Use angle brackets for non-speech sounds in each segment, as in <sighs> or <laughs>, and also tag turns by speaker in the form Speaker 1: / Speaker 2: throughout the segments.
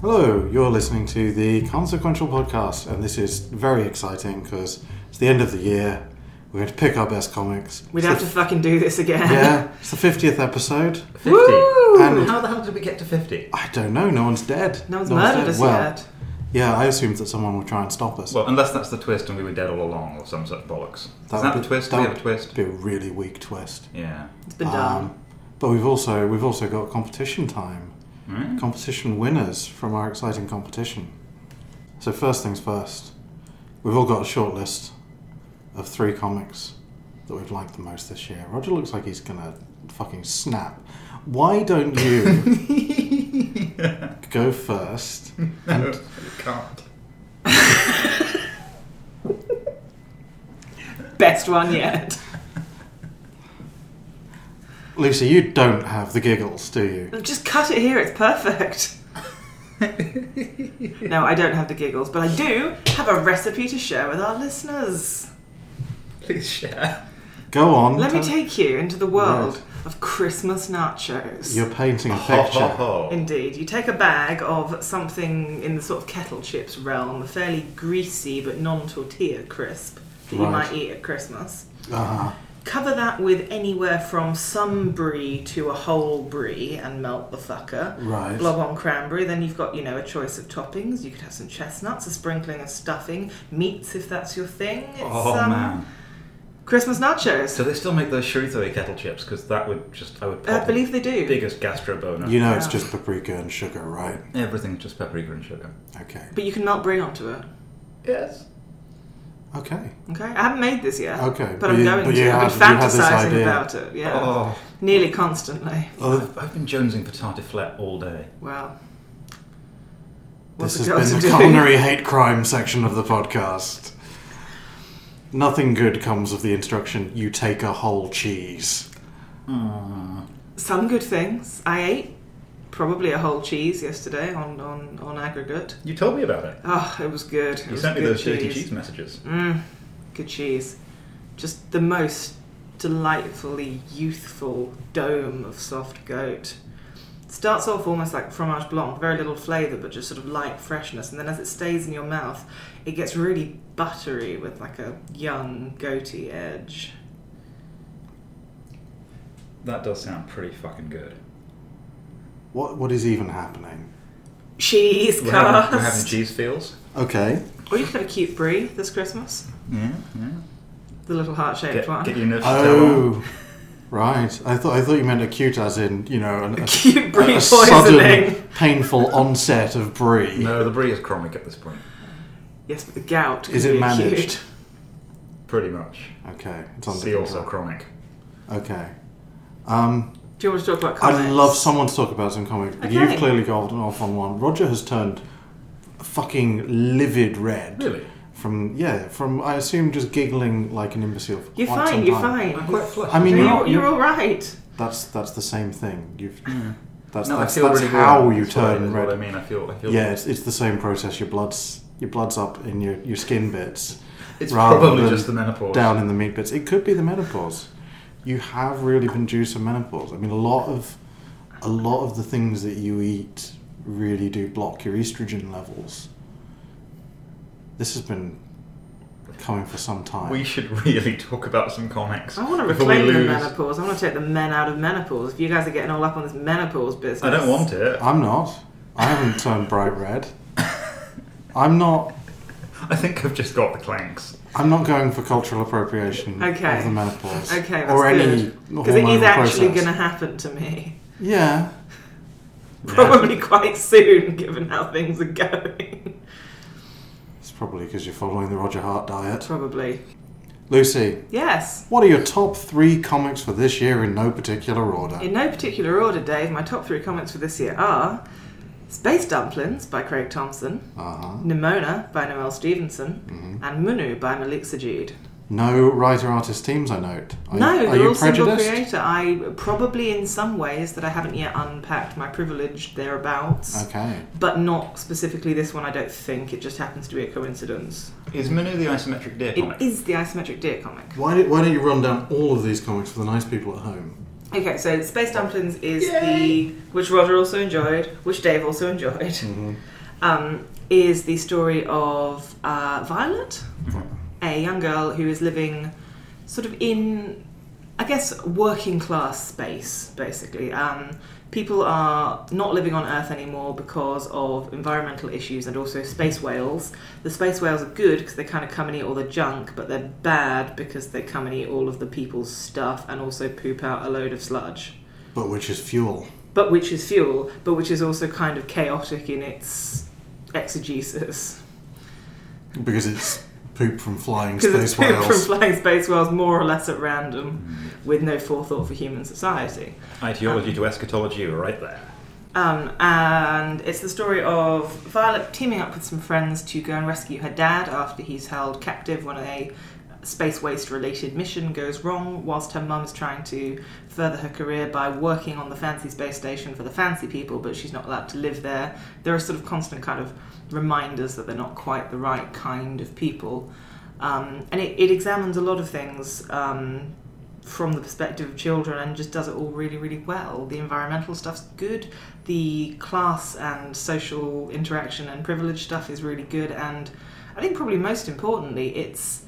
Speaker 1: Hello, you're listening to the Consequential Podcast, and this is very exciting because it's the end of the year. We're going to pick our best comics.
Speaker 2: We'd
Speaker 1: It's
Speaker 2: have
Speaker 1: the-
Speaker 2: to fucking do this again. <laughs>
Speaker 1: Yeah, it's the 50th episode.
Speaker 3: 50.
Speaker 2: Woo!
Speaker 1: And-
Speaker 3: How the hell did we get to 50?
Speaker 1: I don't know, no one's dead.
Speaker 2: no one's murdered
Speaker 1: dead.
Speaker 2: us
Speaker 1: well,
Speaker 2: yet.
Speaker 1: Yeah, I assumed that someone would try and stop us.
Speaker 3: Well, unless that's the twist and we were dead all along or some such bollocks.
Speaker 1: That
Speaker 3: Is that
Speaker 1: would
Speaker 3: the
Speaker 1: be-
Speaker 3: twist?
Speaker 1: that
Speaker 3: Do we have
Speaker 1: would
Speaker 3: a twist?
Speaker 1: be a really weak twist.
Speaker 3: Yeah.
Speaker 2: It's
Speaker 1: Um,
Speaker 2: been
Speaker 1: <laughs>
Speaker 2: done.
Speaker 1: but we've also we've also got competition time.
Speaker 3: Right?
Speaker 1: Competition winners from our exciting competition. So first things first, we've all got a short list of three comics that we've liked the most this year. Roger looks like he's gonna fucking snap. Why don't
Speaker 3: <laughs>
Speaker 1: you go first?
Speaker 3: No, you can't.
Speaker 2: Best one yet.
Speaker 1: Lucy, you don't have the giggles, do you?
Speaker 2: Just cut it here, it's perfect. no, I don't have the giggles, but I do have a recipe to share with our listeners.
Speaker 3: <laughs> Please share.
Speaker 1: Go on.
Speaker 2: Let me
Speaker 1: tell-
Speaker 2: take you into the world
Speaker 1: Right.
Speaker 2: of Christmas nachos.
Speaker 1: You're painting a
Speaker 3: <laughs> Ho,
Speaker 1: picture.
Speaker 3: ho, ho.
Speaker 2: Indeed. You take a bag of something in the sort of kettle chips realm, a fairly greasy but non tortilla crisp that you
Speaker 1: Right.
Speaker 2: might eat at Christmas.
Speaker 1: Uh-huh.
Speaker 2: Cover that with anywhere from some brie to a whole brie and melt the fucker.
Speaker 1: Right.
Speaker 2: Blob on cranberry. Then you've got, you know, a choice of toppings. You could have some chestnuts, a sprinkling of stuffing, meats if that's your thing. It's,
Speaker 3: Oh,
Speaker 2: um,
Speaker 3: man.
Speaker 2: Christmas nachos.
Speaker 3: So they still make those chorizo kettle chips because that would just, I would
Speaker 2: I
Speaker 3: pop
Speaker 2: believe they
Speaker 3: the
Speaker 2: do.
Speaker 3: biggest gastro boner.
Speaker 1: You know, it's
Speaker 2: Yeah.
Speaker 1: just paprika and sugar, right?
Speaker 3: Everything's just paprika and sugar.
Speaker 1: Okay.
Speaker 2: But you can melt brie onto it.
Speaker 3: Yes.
Speaker 1: Okay.
Speaker 2: Okay, I haven't made this yet.
Speaker 1: Okay,
Speaker 2: but,
Speaker 1: but
Speaker 2: I'm
Speaker 1: you-
Speaker 2: going
Speaker 1: but
Speaker 2: to.
Speaker 1: you
Speaker 2: I've been
Speaker 1: have- you had this
Speaker 2: fantasizing
Speaker 1: idea.
Speaker 2: about it. Yeah,
Speaker 3: Oh,
Speaker 2: nearly constantly.
Speaker 1: Well,
Speaker 3: I've, I've been jonesing for tartiflette all day.
Speaker 2: Well, what's
Speaker 1: this has
Speaker 2: a girl
Speaker 1: been
Speaker 2: to
Speaker 1: the
Speaker 2: do?
Speaker 1: culinary hate crime section of the podcast. Nothing good comes of the instruction you take a whole cheese. Hmm.
Speaker 2: Some good things. I ate probably a whole cheese yesterday on on on aggregate.
Speaker 3: You told me about it.
Speaker 2: Oh, it was good. It
Speaker 3: You
Speaker 2: was
Speaker 3: sent me
Speaker 2: good
Speaker 3: those dirty cheese messages.
Speaker 2: Mm, good cheese. Just the most delightfully youthful dome of soft goat. Starts off almost like fromage blanc, very little flavour, but just sort of light freshness. And then as it stays in your mouth, it gets really buttery with like a young goaty edge.
Speaker 3: That does sound pretty fucking good.
Speaker 1: What what is even happening?
Speaker 2: Cheese
Speaker 3: We're having, we're having
Speaker 2: cast.
Speaker 3: cheese feels.
Speaker 1: Okay.
Speaker 2: Or you could have a cute brie this Christmas,
Speaker 3: Yeah, yeah.
Speaker 2: the little heart
Speaker 3: Get,
Speaker 2: shaped one.
Speaker 3: get your nerves oh.
Speaker 1: Oh, right. I thought I thought you meant acute, as in you know, an, a,
Speaker 2: cute
Speaker 1: a-
Speaker 2: brie
Speaker 1: a
Speaker 2: poisoning.
Speaker 1: sudden painful onset of brie.
Speaker 3: No, the brie is chronic at this point.
Speaker 2: Yes, but the gout. could
Speaker 1: Is it
Speaker 2: be
Speaker 1: managed?
Speaker 2: Cute.
Speaker 3: Pretty much.
Speaker 1: Okay, it's under
Speaker 3: See also
Speaker 1: control.
Speaker 3: chronic.
Speaker 1: Okay. Um,
Speaker 2: <laughs> Do you want to talk about comics?
Speaker 1: I love someone to talk about some comics, but you've
Speaker 2: Okay.
Speaker 1: clearly gone off on one. Roger has turned fucking livid red.
Speaker 3: Really?
Speaker 1: From yeah, from I assume just giggling like an imbecile. For
Speaker 2: You're
Speaker 1: quite some
Speaker 2: fine. You're
Speaker 1: time.
Speaker 2: fine.
Speaker 3: I'm quite flushed.
Speaker 1: I mean,
Speaker 2: No,
Speaker 1: you-
Speaker 2: you're, you're all right.
Speaker 1: That's that's the same thing. You've that's
Speaker 3: Hmm. no,
Speaker 1: that's,
Speaker 3: I feel
Speaker 1: that's
Speaker 3: really
Speaker 1: how
Speaker 3: good.
Speaker 1: you
Speaker 3: That's what I-
Speaker 1: turn
Speaker 3: that's
Speaker 1: red.
Speaker 3: What I mean, I feel. I feel
Speaker 1: Yeah, it's, it's the same process. Your blood's your blood's up in your, your skin bits,
Speaker 3: It's
Speaker 1: rather
Speaker 3: probably
Speaker 1: than
Speaker 3: just the menopause.
Speaker 1: down in the meat bits. It could be the menopause. You have really been due to menopause. I mean, a lot of a lot of the things that you eat really do block your estrogen levels. This has been coming for some time.
Speaker 3: We should really talk about some comics.
Speaker 2: I want to
Speaker 3: before we
Speaker 2: reclaim the
Speaker 3: lose-
Speaker 2: menopause. I want to take the men out of menopause. If you guys are getting all up on this menopause business,
Speaker 3: I don't want it.
Speaker 1: I'm not. I haven't turned bright red. I'm not.
Speaker 3: I think I've just got the clanks.
Speaker 1: I'm not going for cultural appropriation
Speaker 2: Okay.
Speaker 1: of the menopause
Speaker 2: Okay, that's
Speaker 1: or any
Speaker 2: because it is
Speaker 1: hormonal
Speaker 2: actually
Speaker 1: process.
Speaker 2: going to happen to me
Speaker 1: Yeah.
Speaker 2: probably quite soon, given how things are going.
Speaker 1: It's probably because you're following the Roger Hart diet.
Speaker 2: probably
Speaker 1: Lucy,
Speaker 2: yes.
Speaker 1: what are your top three comics for this year in no particular order?
Speaker 2: In no particular order, Dave. My top three comments for this year are Space Dumplings by Craig Thompson,
Speaker 1: Uh-huh.
Speaker 2: Nimona by Noel Stevenson,
Speaker 1: Mm-hmm.
Speaker 2: and Munu by Malik Sajid.
Speaker 1: No writer artist teams, I note. Are
Speaker 2: no,
Speaker 1: you,
Speaker 2: they're
Speaker 1: are you
Speaker 2: all
Speaker 1: prejudiced?
Speaker 2: single creator. I probably, in some ways, that I haven't yet unpacked my privilege thereabouts,
Speaker 1: Okay.
Speaker 2: but not specifically this one. I don't think it just happens to be a coincidence.
Speaker 3: Is Manu the isometric deer comic?
Speaker 2: It is the isometric deer comic.
Speaker 1: Why, do, why don't you run down all of these comics for the nice people at home?
Speaker 2: Okay, so Space Dumplings is
Speaker 3: Yay!
Speaker 2: the which Roger also enjoyed, which Dave also enjoyed.
Speaker 1: Mhm.
Speaker 2: Um, is the story of uh, Violet,
Speaker 1: Mm-hmm.
Speaker 3: Mhm.
Speaker 2: a young girl who is living sort of in, I guess, working class space. Basically, um, people are not living on Earth anymore because of environmental issues and also space whales. The space whales are good because they kind of come and eat all the junk, but they're bad because they come and eat all of the people's stuff and also poop out a load of sludge
Speaker 1: But which is fuel.
Speaker 2: but which is fuel, but which is also kind of chaotic in its exegesis.
Speaker 1: Because it's poop from flying
Speaker 2: Because it's
Speaker 1: space
Speaker 2: poop from
Speaker 1: whales. Hmm.
Speaker 2: <laughs> flying space whales more or less at random, with no forethought for human society.
Speaker 3: Ideology to eschatology, were right there.
Speaker 2: Um, and it's the story of Violet teaming up with some friends to go and rescue her dad after he's held captive when a space waste related mission goes wrong, whilst her mum's trying to further her career by working on the fancy space station for the fancy people, but she's not allowed to live there. There are sort of constant kind of reminders that they're not quite the right kind of people. Um, and it, it examines a lot of things um, from the perspective of children and just does it all really, really well. The environmental stuff's good, the class and social interaction and privilege stuff is really good, and I think probably most importantly, it's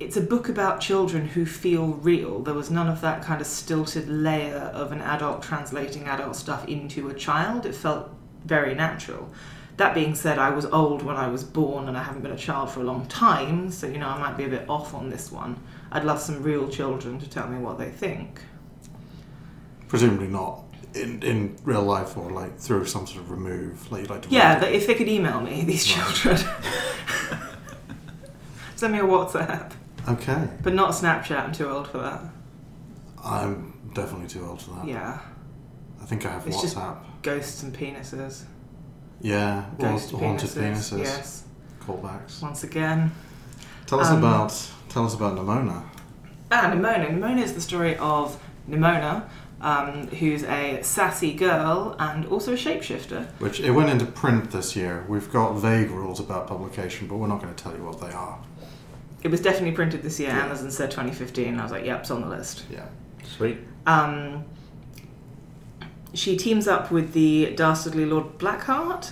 Speaker 2: it's a book about children who feel real. There was none of that kind of stilted layer of an adult translating adult stuff into a child. It felt very natural. That being said, I was old when I was born and I haven't been a child for a long time, so you know, I might be a bit off on this one. I'd love some real children to tell me what they think.
Speaker 1: Presumably not in, in real life or like through some sort of remove. Like you'd like to
Speaker 2: Yeah,
Speaker 1: read
Speaker 2: but
Speaker 1: it.
Speaker 2: if they could email me, these
Speaker 1: Right.
Speaker 2: children. <laughs> Send me a WhatsApp.
Speaker 1: Okay.
Speaker 2: But not Snapchat, I'm too old for that.
Speaker 1: I'm definitely too old for that.
Speaker 2: Yeah.
Speaker 1: I think I have
Speaker 2: It's just-
Speaker 1: WhatsApp.
Speaker 2: Ghosts and penises.
Speaker 1: Yeah. Or
Speaker 2: Ghost
Speaker 1: haunted penises.
Speaker 2: Yes.
Speaker 1: Callbacks.
Speaker 2: Once again.
Speaker 1: Tell us
Speaker 2: Um,
Speaker 1: about tell us about Nimona.
Speaker 2: Ah, Nimona. Nimona is the story of Nimona, um, who's a sassy girl and also a shapeshifter.
Speaker 1: Which it went into print this year. We've got vague rules about publication, but we're not going to tell you what they are.
Speaker 2: It was definitely printed this year.
Speaker 1: Yeah.
Speaker 2: Amazon said 2015. I was like, yep, it's on the list.
Speaker 1: Yeah.
Speaker 3: Sweet.
Speaker 2: Um, she teams up with the dastardly Lord Blackheart.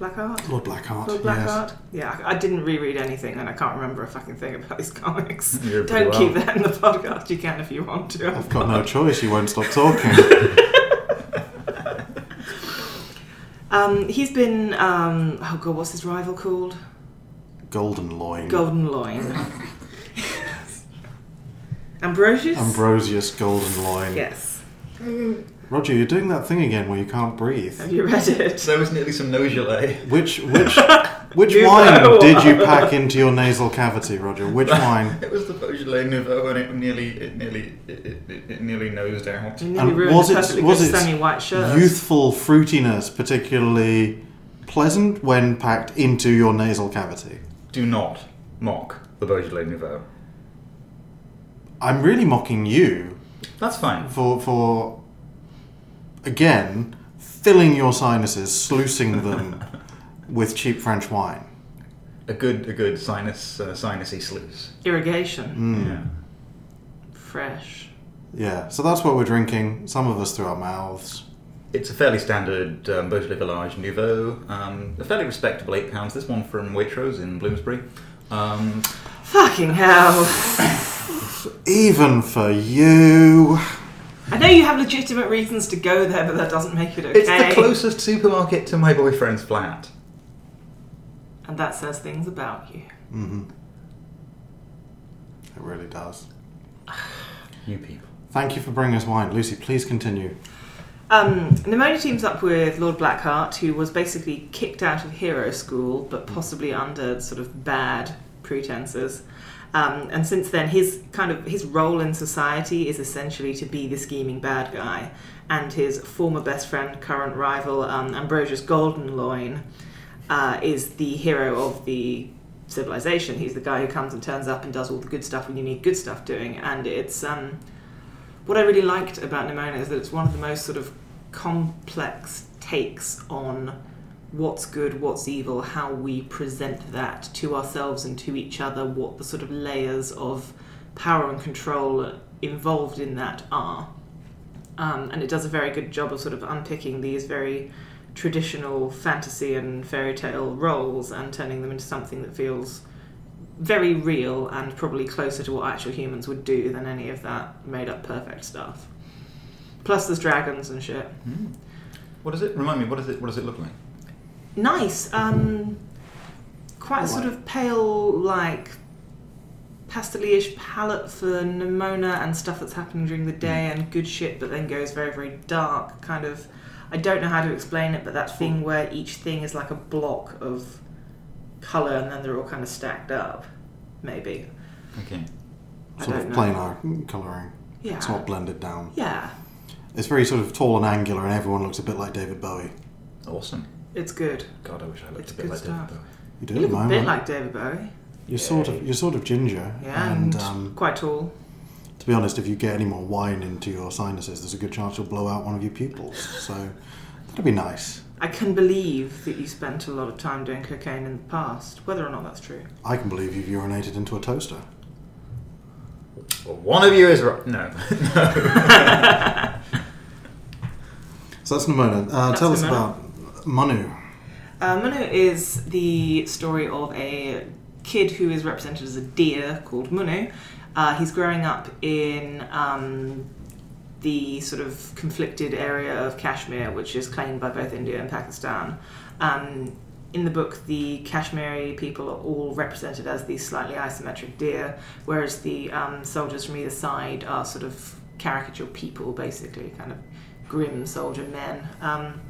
Speaker 2: Blackheart?
Speaker 1: Lord Blackheart.
Speaker 2: Lord Blackheart? Yeah, I I didn't reread anything and I can't remember a fucking thing about these <laughs> comics.
Speaker 3: You're pretty
Speaker 2: Don't
Speaker 3: well.
Speaker 2: keep that in the podcast. You can if you want
Speaker 1: Yes.
Speaker 2: to.
Speaker 1: I've got no choice. You won't stop talking.
Speaker 2: <laughs> Um, he's been, um, oh god, what's his rival called?
Speaker 1: Golden loin.
Speaker 2: Golden Loin. Ambrosius?
Speaker 1: Ambrosius Golden loin.
Speaker 2: yes.
Speaker 1: Roger, you're doing that thing again where you can't breathe.
Speaker 2: Have you read it?
Speaker 3: There was nearly some noselet.
Speaker 1: Which
Speaker 2: <laughs>
Speaker 1: which which
Speaker 2: You know.
Speaker 1: wine did
Speaker 2: <laughs>
Speaker 1: you pack into your nasal cavity, Roger?
Speaker 3: <laughs>
Speaker 1: Which wine?
Speaker 3: It was the Beaujolais Nouveau, and it nearly, it nearly, it, it, it- it nearly nosed out.
Speaker 2: You nearly
Speaker 1: And
Speaker 2: ruined
Speaker 1: was
Speaker 2: a
Speaker 1: it-
Speaker 2: perfectly
Speaker 1: was
Speaker 2: good
Speaker 1: it
Speaker 2: semi white shirt.
Speaker 1: Youthful fruitiness, particularly pleasant when packed into your nasal cavity.
Speaker 3: Do not mock the Beaujolais Nouveau.
Speaker 1: I'm really mocking you
Speaker 3: That's fine.
Speaker 1: for for again filling your sinuses, sluicing them with cheap French wine.
Speaker 3: <laughs> A good, a good sinus, uh, sinusy sluice.
Speaker 2: Irrigation.
Speaker 1: Mm.
Speaker 3: Yeah.
Speaker 2: Fresh.
Speaker 1: Yeah, so that's what we're drinking. Some of us through our mouths.
Speaker 3: It's a fairly standard um, Beaujolais Village Nouveau, um, a fairly respectable eight pounds. This one from Waitrose in Bloomsbury. Um,
Speaker 2: Fucking hell.
Speaker 1: Even for you.
Speaker 2: I know you have legitimate reasons to go there, but that doesn't make it okay.
Speaker 3: It's the closest supermarket to my boyfriend's flat.
Speaker 2: And that says things about you.
Speaker 1: hmm It really does.
Speaker 3: You people.
Speaker 1: Thank you for bringing us wine. Lucy, please continue.
Speaker 2: Um, Nimona teams up with Lord Blackheart, who was basically kicked out of hero school, but possibly under sort of bad pretenses. Um, and since then, his kind of his role in society is essentially to be the scheming bad guy. And his former best friend, current rival um, Ambrosius Goldenloin, uh, is the hero of the civilization. He's the guy who comes and turns up and does all the good stuff when you need good stuff doing. And it's um, what I really liked about Nimona is that it's one of the most sort of complex takes on what's good, what's evil, how we present that to ourselves and to each other, what the sort of layers of power and control involved in that are. Um, and it does a very good job of sort of unpicking these very traditional fantasy and fairy tale roles and turning them into something that feels very real and probably closer to what actual humans would do than any of that made up perfect stuff. Plus, there's dragons and shit.
Speaker 3: Hmm. What is it? Remind me. What is it? What does it look like?
Speaker 2: Nice. Um, quite a sort of pale, like pastely-ish palette for Nimona and stuff that's happening during the day and good shit, but then goes very, very dark. Kind of, I don't know how to explain it, but that thing where each thing is like a block of color and then they're all kind of stacked up. Maybe.
Speaker 3: Okay.
Speaker 2: I
Speaker 1: Sort of
Speaker 2: don't know.
Speaker 1: plain art colouring.
Speaker 2: Yeah.
Speaker 1: It's not blended down.
Speaker 2: Yeah.
Speaker 1: It's very sort of tall and angular, and everyone looks a bit like David Bowie.
Speaker 3: Awesome.
Speaker 2: It's good.
Speaker 3: God, I wish I looked
Speaker 2: It's
Speaker 3: a bit
Speaker 2: good
Speaker 3: like
Speaker 2: stuff.
Speaker 3: David
Speaker 1: You do
Speaker 2: You
Speaker 1: at the
Speaker 2: look a bit
Speaker 1: moment.
Speaker 2: like David Bowie.
Speaker 1: you're sort of you're sort of ginger,
Speaker 2: Yeah,
Speaker 1: and
Speaker 2: and,
Speaker 1: um,
Speaker 2: quite tall.
Speaker 1: to be honest, if you get any more wine into your sinuses, there's a good chance you'll blow out one of your pupils. So that'd be nice.
Speaker 2: I can believe that you spent a lot of time doing cocaine in the past, whether or not that's true.
Speaker 1: I can believe you've urinated into a toaster.
Speaker 3: Bowie. Well, one of you is right. No. <laughs>
Speaker 1: So that's Nimona. Uh,
Speaker 2: That's
Speaker 1: tell us
Speaker 2: Nimona.
Speaker 1: about Manu.
Speaker 2: Uh, Manu is the story of a kid who is represented as a deer called Manu. Uh, he's growing up in um, the sort of conflicted area of Kashmir, which is claimed by both India and Pakistan. Um, in the book, the Kashmiri people are all represented as these slightly isometric deer, whereas the um, soldiers from either side are sort of caricature people, basically, kind of grim soldier men. Um,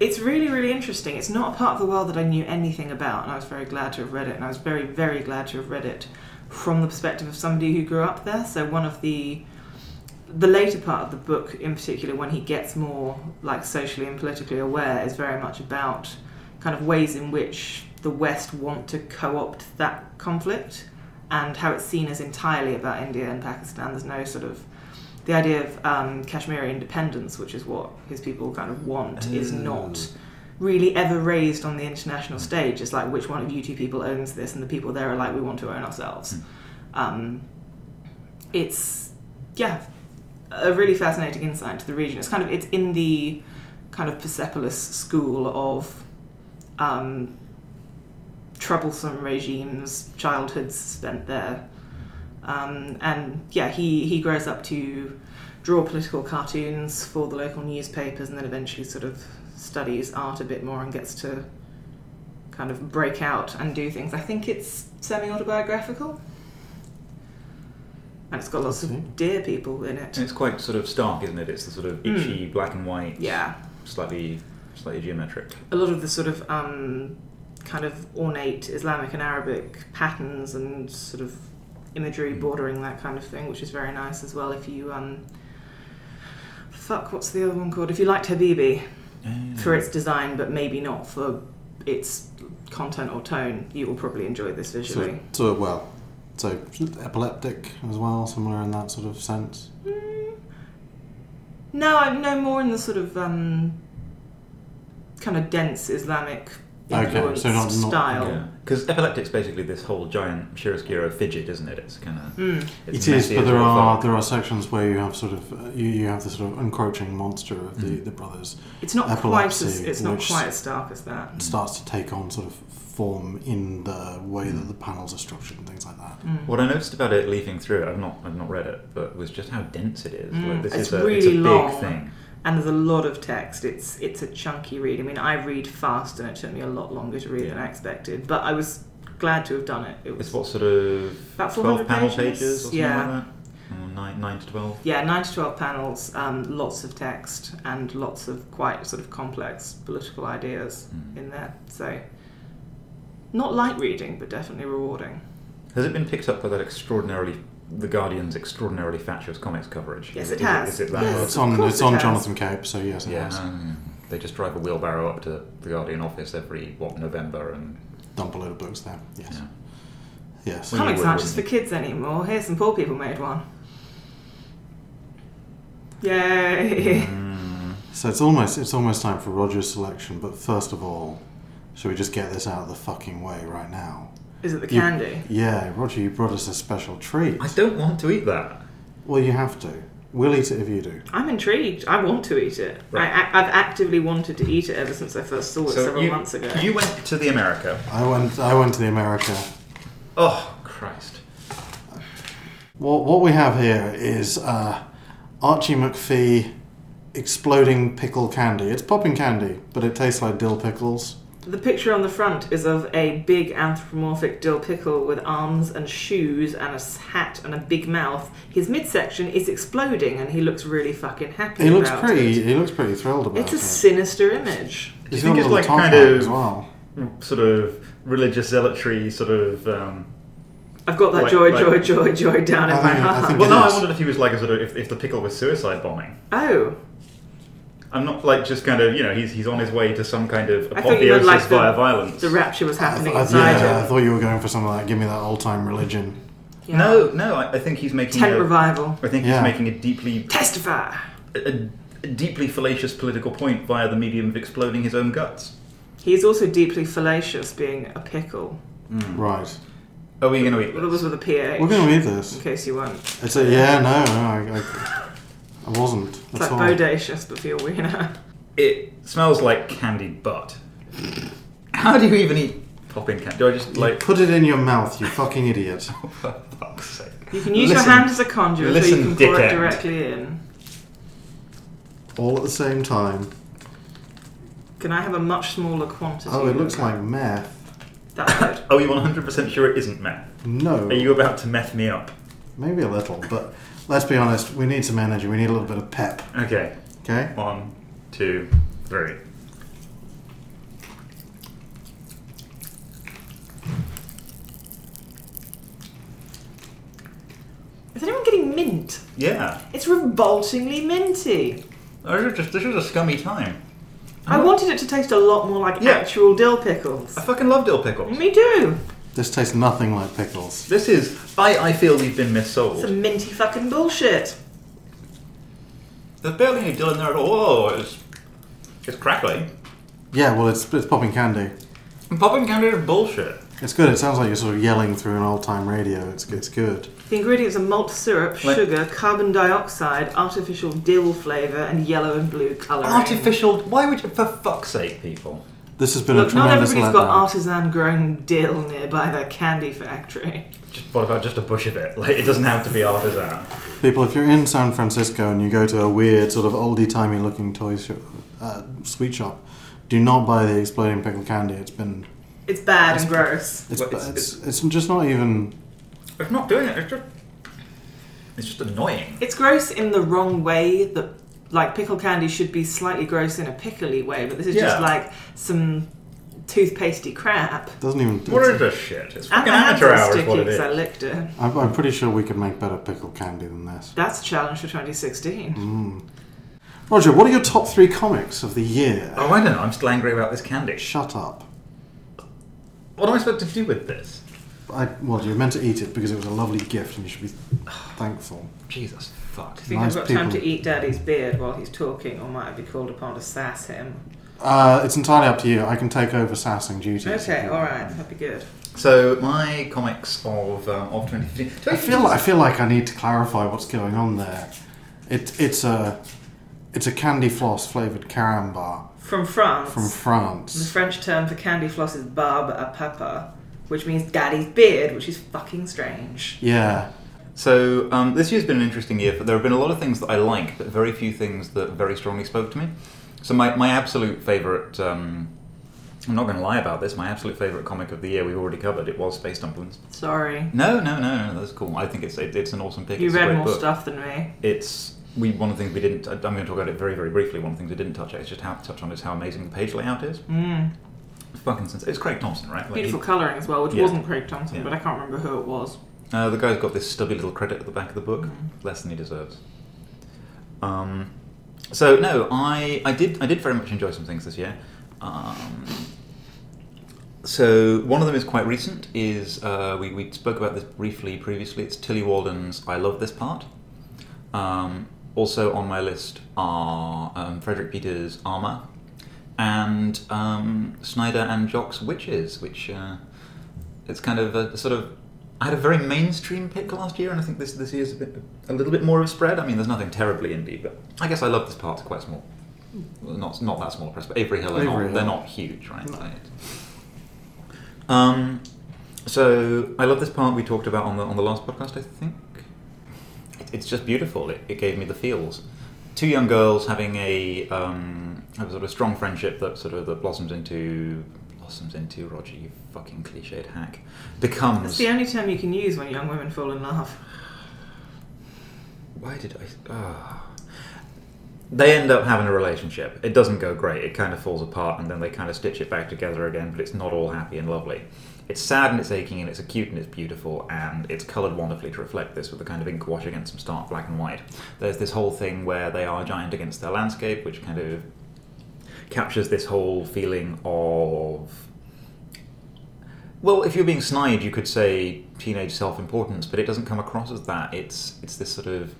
Speaker 2: it's really, really interesting. It's not a part of the world that I knew anything about, and I was very glad to have read it. And I was very, very glad to have read it from the perspective of somebody who grew up there. So one of the the later part of the book, in particular, when he gets more like socially and politically aware, is very much about kind of ways in which the West want to co-opt that conflict and how it's seen as entirely about India and Pakistan. There's no sort of the idea of um, Kashmiri independence, which is what his people kind of want, is not really ever raised on the international stage. It's like which one of you two people owns this, and the people there are like, we want to own ourselves. Um, it's yeah, a really fascinating insight into the region. It's kind of it's in the kind of Persepolis school of um, troublesome regimes, childhoods spent there. Um, and yeah, he, he grows up to draw political cartoons for the local newspapers and then eventually sort of studies art a bit more and gets to kind of break out and do things. I think it's semi autobiographical. And it's got lots
Speaker 1: Okay.
Speaker 2: of dear people in it.
Speaker 3: and it's quite sort of stark, isn't it? It's the sort of itchy black and white.
Speaker 2: Hmm. Yeah.
Speaker 3: Slightly, slightly geometric.
Speaker 2: a lot of the sort of um, kind of ornate Islamic and Arabic patterns and sort of imagery
Speaker 1: Hmm.
Speaker 2: bordering that kind of thing, which is very nice as well. If you um, fuck, what's the other one called? If you liked Habibi
Speaker 1: Hmm.
Speaker 2: for its design, but maybe not for its content or tone, you will probably enjoy this
Speaker 1: So,
Speaker 2: visually.
Speaker 1: so well, so epileptic as well, similar in that sort of sense.
Speaker 2: Hmm. No, I no more in the sort of um, kind of dense Islamic
Speaker 1: Okay, so
Speaker 2: influenced
Speaker 1: not- not-
Speaker 2: style.
Speaker 3: Yeah, because epileptic's basically this whole giant chiaroscuro fidget, isn't it? It's kind of
Speaker 2: Mm.
Speaker 1: It is, but there are there are sections where you have sort of uh, you, you have the sort of encroaching monster of the, the brothers
Speaker 2: It's not quite as
Speaker 1: Epilepsy,
Speaker 2: it's not
Speaker 1: which-
Speaker 2: quite as stark as that.
Speaker 1: starts to take on sort of form in the way that the panels are structured and things like that.
Speaker 2: Hmm.
Speaker 3: What I noticed about it leafing through it, I've not I've not read it, but was just how dense it is.
Speaker 2: Mm,
Speaker 3: Like, this
Speaker 2: it's
Speaker 3: is a, it's a
Speaker 2: really
Speaker 3: big
Speaker 2: long.
Speaker 3: thing.
Speaker 2: and there's a lot of text. It's it's a chunky read. I mean, I read fast, and it took me a lot longer to read than I expected. But I was glad to have done it. It was
Speaker 3: It's what sort of
Speaker 2: About 400
Speaker 3: twelve panel
Speaker 2: pages?
Speaker 3: pages, or something
Speaker 2: Yeah.
Speaker 3: like that, or nine nine to twelve.
Speaker 2: yeah, nine to twelve panels, um, lots of text, and lots of quite sort of complex political ideas
Speaker 3: Mm.
Speaker 2: in there. So not light reading, but definitely rewarding.
Speaker 3: Has it been picked up by that extraordinarily the Guardian's extraordinarily fatuous comics coverage?
Speaker 2: Yes,
Speaker 3: Is
Speaker 2: it
Speaker 3: is
Speaker 2: has.
Speaker 3: Is it that?
Speaker 2: Yes,
Speaker 1: Well,
Speaker 3: much?
Speaker 1: Uh, it's
Speaker 2: of
Speaker 1: on
Speaker 2: course
Speaker 1: it's
Speaker 2: it
Speaker 1: on
Speaker 2: has.
Speaker 1: Jonathan Cape, so yes, it
Speaker 3: Yeah. Um,
Speaker 1: has.
Speaker 3: They just drive a wheelbarrow up to the Guardian office every what November and
Speaker 1: Dump a load of books there. Yes,
Speaker 3: yeah.
Speaker 1: yes.
Speaker 3: Well, you
Speaker 2: Comics
Speaker 3: would,
Speaker 2: aren't just for
Speaker 3: wouldn't
Speaker 2: kids anymore. Here, some poor people made one. <laughs> Yay!
Speaker 3: Hmm.
Speaker 1: So it's almost it's almost time for Roger's selection. But first of all, should we just get this out of the fucking way right now?
Speaker 2: Is it the
Speaker 1: You-
Speaker 2: candy?
Speaker 1: Yeah, Roger, you brought us a special treat.
Speaker 3: I don't want to eat that.
Speaker 1: Well, you have to. We'll eat it if you do.
Speaker 2: I'm intrigued. I want to eat it.
Speaker 3: Right.
Speaker 2: I, I, I've actively wanted to eat it ever since I first saw it several
Speaker 3: you,
Speaker 2: months ago.
Speaker 3: you went to the America.
Speaker 1: I went. I went to the America.
Speaker 3: Oh Christ!
Speaker 1: Well, what we have here is uh, Archie McPhee exploding pickle candy. It's popping candy, but it tastes like dill pickles.
Speaker 2: The picture on the front is of a big anthropomorphic dill pickle with arms and shoes and a s- hat and a big mouth. His midsection is exploding and he looks really fucking happy.
Speaker 1: He looks
Speaker 2: about
Speaker 1: pretty.
Speaker 2: it.
Speaker 1: He looks pretty thrilled about
Speaker 2: It's a
Speaker 1: it.
Speaker 2: sinister image.
Speaker 3: Do you
Speaker 1: He's
Speaker 3: think
Speaker 1: got a little
Speaker 3: it's like
Speaker 1: top
Speaker 3: kind
Speaker 1: hat
Speaker 3: of-
Speaker 1: as well?
Speaker 3: Sort of religious zealotry, sort of. Um,
Speaker 2: I've got that
Speaker 3: Like-
Speaker 2: joy,
Speaker 3: like-
Speaker 2: joy, joy, joy down in
Speaker 1: I
Speaker 2: my
Speaker 1: think- I
Speaker 2: heart.
Speaker 1: think
Speaker 3: well, no, I
Speaker 1: Yes.
Speaker 3: wondered if he was like a sort of if, if the pickle was suicide bombing.
Speaker 2: oh,
Speaker 3: I'm not like just kind of you know he's he's on his way to some kind of
Speaker 2: I thought you meant
Speaker 3: apotheosis
Speaker 2: like
Speaker 3: via
Speaker 2: the,
Speaker 3: violence.
Speaker 2: the rapture was happening
Speaker 1: I, th- I,
Speaker 2: inside
Speaker 1: yeah, I
Speaker 2: him.
Speaker 1: thought you were going for some of that. Give me that old time religion.
Speaker 2: Yeah.
Speaker 3: No, no, I, I think he's making.
Speaker 2: Tent
Speaker 3: A,
Speaker 2: revival.
Speaker 3: I think
Speaker 1: Yeah.
Speaker 3: he's making a deeply
Speaker 2: Testify.
Speaker 3: a, a deeply fallacious political point via the medium of exploding his own guts.
Speaker 2: He's also deeply fallacious, being a pickle.
Speaker 1: Right.
Speaker 3: Are we going to eat
Speaker 2: Well, it
Speaker 3: this?
Speaker 2: was with a PH.
Speaker 1: We're going to eat
Speaker 2: in
Speaker 1: this.
Speaker 2: case you weren't. It's
Speaker 1: It's a yeah. No, no I, I, I wasn't.
Speaker 2: like
Speaker 1: That's all.
Speaker 2: bodacious, but for your wiener.
Speaker 3: It smells like candied butt. How do you even eat popping candy? Do I just
Speaker 1: You
Speaker 3: like?
Speaker 1: put it in your mouth, you fucking idiot.
Speaker 3: <laughs> For fuck's sake!
Speaker 1: <laughs>
Speaker 2: You can use
Speaker 3: Listen-
Speaker 2: your hand as a conduit, so you can
Speaker 3: listen,
Speaker 2: pour
Speaker 3: dickhead.
Speaker 2: it directly in.
Speaker 1: All at the same time.
Speaker 2: Can I have a much smaller quantity?
Speaker 1: Oh, it looks like meth.
Speaker 2: That's good.
Speaker 3: Are you 100% sure it isn't meth?
Speaker 1: No.
Speaker 3: Are you about to meth me up?
Speaker 1: Maybe a little, but let's be honest, we need some energy. We need a little bit of pep.
Speaker 3: Okay.
Speaker 1: Okay?
Speaker 3: One, two, three.
Speaker 2: Is anyone getting mint?
Speaker 3: Yeah.
Speaker 2: It's revoltingly minty.
Speaker 3: This is just, this is a scummy time.
Speaker 2: I wanted it to taste a lot more like
Speaker 3: Yeah.
Speaker 2: actual dill pickles.
Speaker 3: I fucking love dill pickles.
Speaker 2: Me too.
Speaker 1: This tastes nothing like pickles.
Speaker 3: This is. I, I feel we've been
Speaker 2: It's
Speaker 3: missold.
Speaker 2: a minty fucking bullshit.
Speaker 3: There's barely any dill in there at all. Oh, it's, it's crackly.
Speaker 1: Yeah, well, it's, it's popping candy.
Speaker 3: And popping candy is bullshit.
Speaker 1: It's good. It sounds like you're sort of yelling through an old time radio. It's, it's good.
Speaker 2: The ingredients are malt syrup,
Speaker 3: Like-
Speaker 2: sugar, carbon dioxide, artificial dill flavour, and yellow and blue colouring.
Speaker 3: Artificial. Why would you. For fuck's sake, people.
Speaker 1: This has been a
Speaker 2: Look, not
Speaker 1: tremendous
Speaker 2: everybody's got
Speaker 1: letdown.
Speaker 2: artisan grown dill nearby their candy factory.
Speaker 3: Just, what about just a bush of it? Like, it doesn't have to be artisan.
Speaker 1: People, if you're in San Francisco and you go to a weird, sort of oldie timey looking toy shop, uh, sweet shop, do not buy the exploding pickle candy. It's been.
Speaker 2: It's bad and gross.
Speaker 1: It's,
Speaker 3: Well, it's-
Speaker 1: it's, it's, just not even.
Speaker 3: It's not doing it. It's just. It's just annoying.
Speaker 2: It's gross in the wrong way that like pickle candy should be slightly gross in a pickly way, but this is
Speaker 3: Yeah.
Speaker 2: just like some toothpastey crap.
Speaker 1: doesn't even.
Speaker 3: What
Speaker 1: it's-
Speaker 3: is this shit? It's
Speaker 2: And
Speaker 3: fucking
Speaker 2: my hands
Speaker 3: amateur
Speaker 2: are
Speaker 3: hour,
Speaker 2: sticky
Speaker 3: is what it
Speaker 2: because
Speaker 3: is.
Speaker 2: I licked it.
Speaker 1: I'm, I'm pretty sure we could make better pickle candy than this.
Speaker 2: That's a challenge for 2016.
Speaker 3: Mm,
Speaker 1: Roger, what are your top three comics of the year?
Speaker 3: Oh, I don't know. I'm still angry about this candy.
Speaker 1: Shut up.
Speaker 3: What am I supposed to do with this?
Speaker 1: I, well, you were meant to eat it because it was a lovely gift and you should be thankful.
Speaker 3: Jesus fuck.
Speaker 2: Do you think
Speaker 1: Nice
Speaker 2: I've got time to
Speaker 1: people.
Speaker 2: eat Daddy's beard while he's talking, or might I be called upon to sass him?
Speaker 1: Uh, it's entirely up to you. I can take over sassing duties. if
Speaker 2: Okay,
Speaker 1: you
Speaker 2: all
Speaker 1: want.
Speaker 2: right, that'd be good.
Speaker 3: So my comics of um, of 2015. Do
Speaker 1: I feel like, I feel like I need to clarify what's going on there. It, it's a it's a candy floss flavored carambar
Speaker 2: From France.
Speaker 1: from
Speaker 2: The
Speaker 1: France.
Speaker 2: French term for candy floss is barbe à papa, which means daddy's beard, which is fucking strange.
Speaker 1: Yeah,
Speaker 3: So um, this year's been an interesting year. But there have been a lot of things that I like, but very few things that very strongly spoke to me. So my my absolute favorite. Um, I'm not going to lie about this. My absolute favorite comic of the year we've already covered. It was Space Dumplings.
Speaker 2: Sorry.
Speaker 3: No, no, no, no. That's cool. I think it's it, it's an awesome pick.
Speaker 2: You
Speaker 3: it's a
Speaker 2: read
Speaker 3: great
Speaker 2: more
Speaker 3: book.
Speaker 2: stuff than me.
Speaker 3: it's we one of the things we didn't. I- I'm going to talk about it very very briefly. One of the things we didn't touch on is just how touch on is how amazing the page layout is.
Speaker 2: Mm.
Speaker 3: Fucking sense. It's Craig Thompson, right? Like,
Speaker 2: Beautiful colouring as well, which
Speaker 3: Yeah.
Speaker 2: wasn't Craig Thompson,
Speaker 3: Yeah.
Speaker 2: but I can't remember who it was.
Speaker 3: he- uh, the guy's got this stubby little credit at the back of the book, less than he deserves. Um, so no, I I did I did very much enjoy some things this year. Um, so one of them is quite recent. Is uh, we we spoke about this briefly previously. It's Tilly Walden's "I Love This Part." Um, also on my list are um, Frederick Peters' Armor and um, Snyder and Jock's Witches, which uh, it's kind of a sort of I had a very mainstream pick last year, and I think this this year's a bit a little bit more of a spread. I mean, there's nothing terribly indie, but I guess I love this part. It's quite small, Well, not not that small a press, but Avery Hill. Are
Speaker 1: Avery
Speaker 3: not,
Speaker 1: Hill.
Speaker 3: They're not huge, right?
Speaker 1: No.
Speaker 3: Um, so I love this part we talked about on the on the last podcast. I think it, it's just beautiful. It, it gave me the feels. Two young girls having a um, a sort of strong friendship that sort of that blossoms into blossoms into Roger, you fucking cliched hack,
Speaker 2: That's
Speaker 3: becomes.
Speaker 2: the only term you can use when young women fall in love.
Speaker 3: Why did I? ah. They end up having a relationship. It doesn't go great. It kind of falls apart, and then they kind of stitch it back together again. But it's not all happy and lovely. It's sad and it's aching and it's acute and it's beautiful and it's coloured wonderfully to reflect this with a kind of ink wash against some stark black and white. There's this whole thing where they are giant against their landscape, which kind of captures this whole feeling of well, if you're being snide, you could say teenage self-importance, but it doesn't come across as that. It's it's this sort of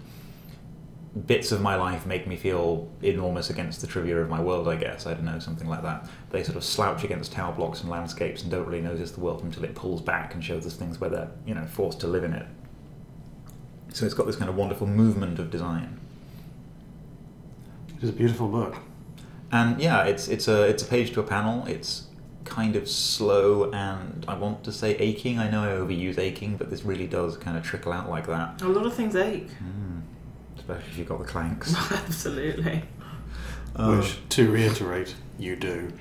Speaker 3: bits of my life make me feel enormous against the trivia of my world. I guess I don't know something like that. They sort of slouch against tower blocks and landscapes and don't really notice the world until it pulls back and shows us things where they're you know forced to live in it. So it's got this kind of wonderful movement of design.
Speaker 1: It is a beautiful book.
Speaker 3: And yeah, it's it's a it's a page to a panel. It's kind of slow and I want to say aching. I know I overuse aching, but this really does kind of trickle out like that.
Speaker 2: A lot of things ache.
Speaker 3: Mm. Especially if you've got the clanks.
Speaker 2: <laughs>
Speaker 3: <laughs>
Speaker 2: Absolutely.
Speaker 3: Um,
Speaker 1: Which, to reiterate, you do.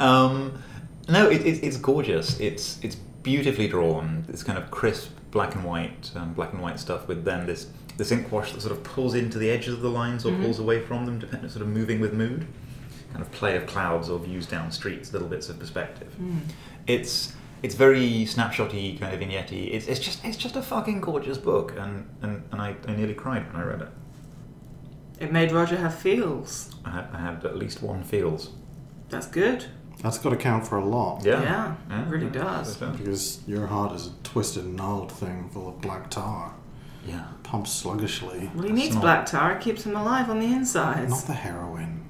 Speaker 3: Um, no, it, it, it's gorgeous. It's it's beautifully drawn. It's kind of crisp black and white, um, black and white stuff with then this this ink wash that sort of pulls into the edges of the lines or
Speaker 2: Mhm.
Speaker 3: pulls away from them, depending sort of moving with mood. Kind of play of clouds or views down streets, little bits of perspective.
Speaker 2: Mm.
Speaker 3: It's it's very snapshotty, kind of vignette-y. It's, it's just it's just a fucking gorgeous book, and and, and I, I nearly cried when I read it.
Speaker 2: It made Roger have feels.
Speaker 3: I had, I had at least one feels.
Speaker 2: That's good.
Speaker 1: That's got to count for a lot.
Speaker 3: Yeah,
Speaker 2: Yeah, it really does.
Speaker 1: Because your heart is a twisted, gnarled thing full of black tar.
Speaker 3: Yeah.
Speaker 1: Pumps sluggishly.
Speaker 2: Well, he
Speaker 3: That's
Speaker 2: needs
Speaker 3: not-
Speaker 2: black tar. It keeps him alive on the
Speaker 1: Not
Speaker 2: insides.
Speaker 1: the heroin.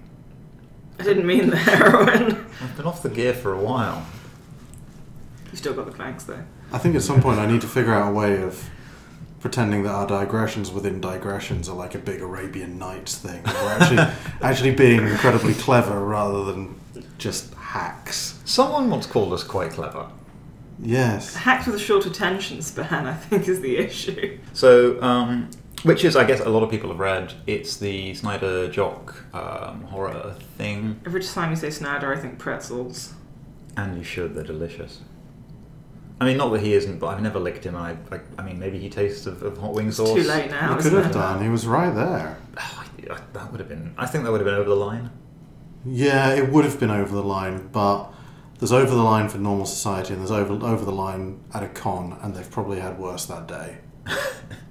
Speaker 2: I didn't mean the <laughs> heroin.
Speaker 3: I've been off the gear for a while.
Speaker 2: You've still got the clanks though.
Speaker 1: I think at some point I need to figure out a way of pretending that our digressions within digressions are like a big Arabian Nights thing. We're actually,
Speaker 2: <laughs>
Speaker 1: actually being incredibly clever rather than just hacks.
Speaker 3: Someone once called us quite clever.
Speaker 1: Yes.
Speaker 2: Hacked with a short attention span, I think, is the issue.
Speaker 3: So, um, which is, I guess, a lot of people have read. It's the Snyder Jock um, horror thing.
Speaker 2: Every time you say Snyder, I think pretzels.
Speaker 3: And you should, they're delicious. I mean, not that he isn't, but I've never licked him. And I, I, I mean, maybe he tastes of, of hot wing
Speaker 2: It's
Speaker 3: sauce.
Speaker 2: too late
Speaker 1: He
Speaker 2: now,
Speaker 1: could
Speaker 2: isn't
Speaker 1: have
Speaker 2: it?
Speaker 1: done. He was right there.
Speaker 3: Oh, I- I- that would have been. I think that would have been over the line.
Speaker 1: Yeah, it would have been over the line, but there's over the line for normal society, and there's over over the line at a con, and they've probably had worse that day.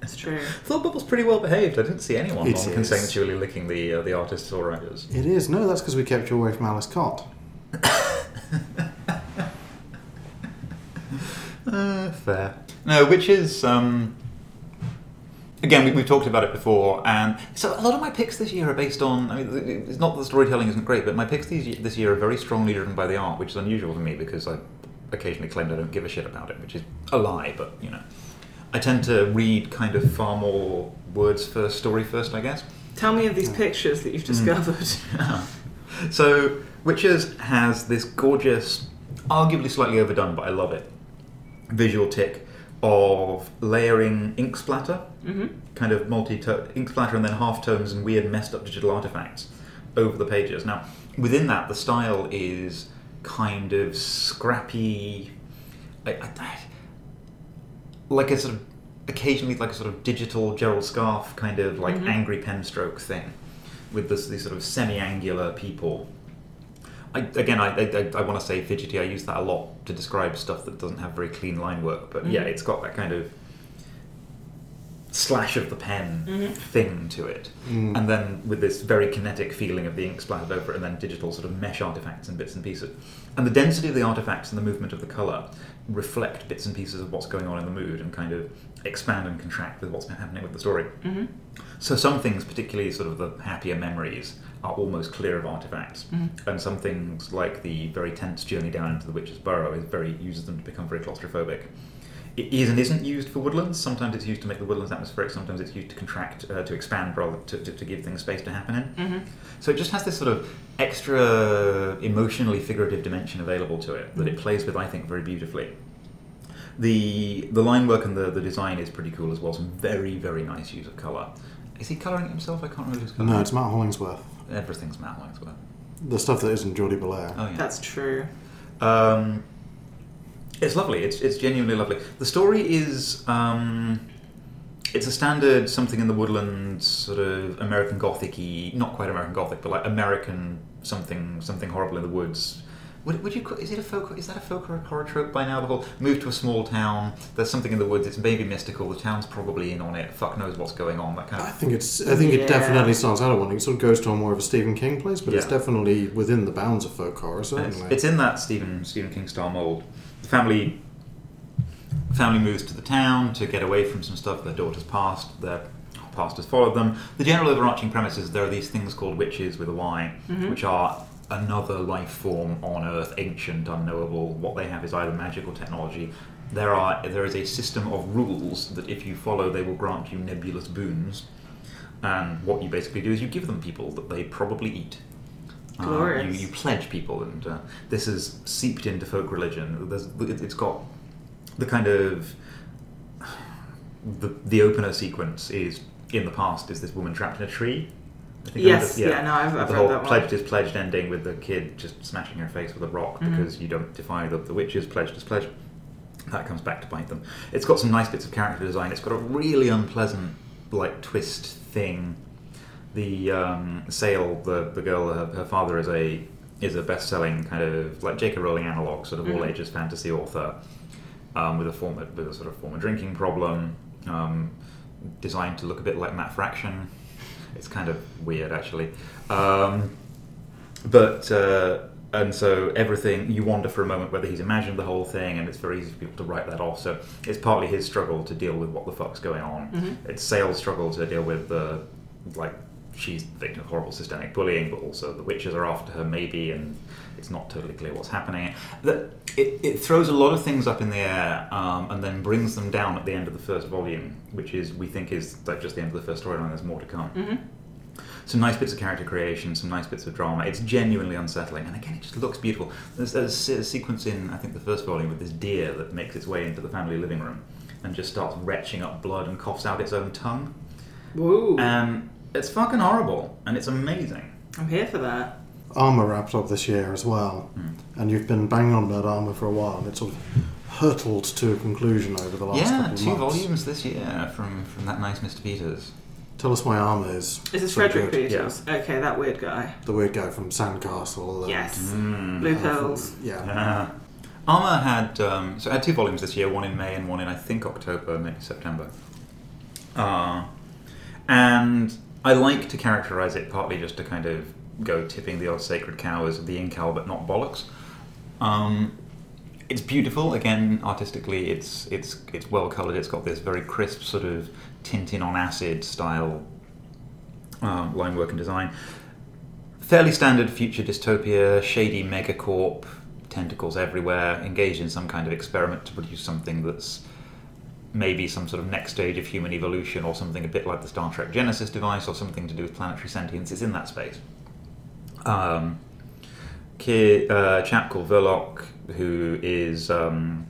Speaker 2: It's true.
Speaker 3: Thought Bubble's pretty well behaved. I didn't see anyone
Speaker 1: It
Speaker 3: on
Speaker 1: is.
Speaker 3: consensually licking the uh, the artists or writers.
Speaker 1: It is no, that's because we kept you away from Alice Cott.
Speaker 3: Uh, fair. No, which is um, again we, we've talked about it before, and so a lot of my picks this year are based on. I mean, it's not that the storytelling isn't great, but my picks these, this year are very strongly driven by the art, which is unusual for me because I occasionally claimed I don't give a shit about it, which is a lie. But you know, I tend to read kind of far more words first, story first, I guess.
Speaker 2: Tell me of these pictures that you've
Speaker 3: Mm.
Speaker 2: discovered.
Speaker 3: <laughs> so Witchers has this gorgeous, arguably slightly overdone, but I love it, visual tick of layering ink splatter,
Speaker 2: hmm
Speaker 3: kind of multi ink splatter, and then half tones and weird messed up digital artifacts over the pages. Now, within that, the style is kind of scrappy, I, I, like a sort of occasionally like a sort of digital Gerald Scarf kind of like
Speaker 2: Mhm.
Speaker 3: angry pen stroke thing with this these sort of semi-angular people. I, again, I, I, I want to say fidgety. I use that a lot to describe stuff that doesn't have very clean line work, but yeah,
Speaker 2: Mhm.
Speaker 3: it's got that kind of slash of the pen thing to it.
Speaker 1: Mm.
Speaker 3: And then with this very kinetic feeling of the ink splattered over it, and then digital sort of mesh artifacts and bits and pieces. And the density of the artifacts and the movement of the colour reflect bits and pieces of what's going on in the mood and kind of expand and contract with what's happening with the story.
Speaker 2: Mm-hmm.
Speaker 3: So some things, particularly sort of the happier memories, are almost clear of artifacts,
Speaker 2: Mm-hmm.
Speaker 3: and some things like the very tense journey down into the witch's burrow is very uses them to become very claustrophobic. It is and isn't used for woodlands. Sometimes it's used to make the woodlands atmospheric. Sometimes it's used to contract, uh, to expand, rather to, to, to give things space to happen in.
Speaker 2: Mm-hmm.
Speaker 3: So it just has this sort of extra emotionally figurative dimension available to it that it plays with, I think, very beautifully. The the line work and the, the design is pretty cool as well. Some very very nice use of color. Is he coloring it himself? I can't remember who's coloring.
Speaker 1: No, it's Matt Hollingsworth.
Speaker 3: everything's Matt Langsworth.
Speaker 1: The stuff that isn't Geordie Belair.
Speaker 3: Oh yeah.
Speaker 2: That's true.
Speaker 3: Um, it's lovely. It's it's genuinely lovely. The story is um, it's a standard something in the woodlands sort of American gothic-y, not quite American gothic, but like American something something horrible in the woods. Would, would you call, is it a folk is that a folk horror, horror trope by now? The whole move to a small town. There's something in the woods. It's maybe mystical. The town's probably in on it. Fuck knows what's going on. That kind
Speaker 1: I
Speaker 3: of
Speaker 1: think it's. I think
Speaker 2: Yeah.
Speaker 1: it definitely starts out at one. It sort of goes to a more of a Stephen King place, but it's
Speaker 3: Yeah.
Speaker 1: definitely within the bounds of folk horror.
Speaker 3: And It's,
Speaker 1: Certainly,
Speaker 3: it's in that Stephen Stephen King style mold. The family family moves to the town to get away from some stuff. Their daughter's passed. Their past has followed them. The general overarching premise is there are these things called witches with a Y, which are another life form on Earth, ancient, unknowable. What they have is either magic or technology. There are there is a system of rules that if you follow, they will grant you nebulous boons. And what you basically do is you give them people that they probably eat. Uh,
Speaker 2: Glorious.
Speaker 3: you, you pledge people, and uh, this is seeped into folk religion. There's, it- it's got the kind of the the opener sequence is in the past is this woman trapped in a tree. I think I
Speaker 2: Yes,
Speaker 3: remember-
Speaker 2: yeah, no, I've, I've
Speaker 3: the
Speaker 2: read
Speaker 3: whole
Speaker 2: that one.
Speaker 3: pledged is pledged ending with the kid just smashing her face with a rock
Speaker 2: Mm-hmm.
Speaker 3: because you don't defy the, the witches. Pledged is pledged. That comes back to bite them. It's got some nice bits of character design. It's got a really unpleasant like twist thing. The um, sale, the the girl, her, her father is a is a best selling kind of like J.K. Rowling analog, sort of all
Speaker 2: Mhm.
Speaker 3: ages fantasy author um, with a former with a sort of former drinking problem, um, designed to look a bit like Matt Fraction. It's kind of weird actually, um, but uh, and so everything you wonder for a moment whether he's imagined the whole thing, and it's very easy for people to write that off. So it's partly his struggle to deal with what the fuck's going on. It's Sale's struggle to deal with the like she's the victim of horrible systemic bullying, but also the witches are after her, maybe, and it's not totally clear what's happening. That it, it throws a lot of things up in the air um, and then brings them down at the end of the first volume, which is we think is like just the end of the first storyline. There's more to come.
Speaker 2: Mm-hmm.
Speaker 3: Some nice bits of character creation, some nice bits of drama. It's genuinely unsettling, and again, it just looks beautiful. There's, there's a se- sequence in I think the first volume with this deer that makes its way into the family living room and just starts retching up blood and coughs out its own tongue.
Speaker 2: Woo!
Speaker 3: Um, it's fucking horrible, and it's amazing.
Speaker 2: I'm here for that.
Speaker 1: Armour wrapped up this year as well,
Speaker 3: Hmm.
Speaker 1: and you've been banging on about Armour for a while, and it's sort of hurtled to a conclusion over the last
Speaker 3: yeah,
Speaker 1: couple of
Speaker 3: two
Speaker 1: months.
Speaker 3: volumes this year from from that nice Mr. Peters.
Speaker 1: Tell us why Armour is.
Speaker 2: Is this
Speaker 1: so
Speaker 2: Frederick
Speaker 1: good.
Speaker 2: Peters? Okay, that weird guy.
Speaker 1: The weird guy from Sandcastle. and-
Speaker 2: Yes.
Speaker 3: Mm.
Speaker 2: Blue
Speaker 1: uh, from-
Speaker 2: Pills.
Speaker 1: Yeah.
Speaker 3: <laughs> Yeah. Armour had um, so it had two volumes this year, one in May and one in I think October, maybe September. Uh, and I like to characterise it partly just to kind of go tipping the odd sacred cow as the incal but not bollocks. Um, it's beautiful again artistically. It's it's it's well coloured. It's got this very crisp sort of tinting on acid style um, line work and design. Fairly standard future dystopia, shady megacorp, tentacles everywhere, engaged in some kind of experiment to produce something that's maybe some sort of next stage of human evolution or something a bit like the Star Trek Genesis device or something to do with planetary sentience. It's in that space. Um, kid, uh, chap called Verloc, who is um,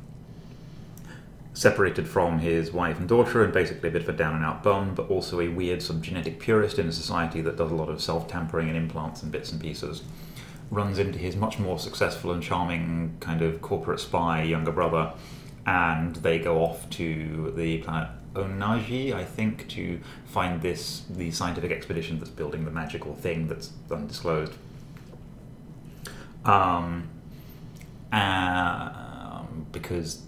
Speaker 3: separated from his wife and daughter and basically a bit of a down and out bum, but also a weird sort of genetic purist in a society that does a lot of self tampering and implants and bits and pieces. Runs into his much more successful and charming kind of corporate spy younger brother, and they go off to the planet Onaji, I think, to find this the scientific expedition that's building the magical thing that's undisclosed. Um, um, uh, because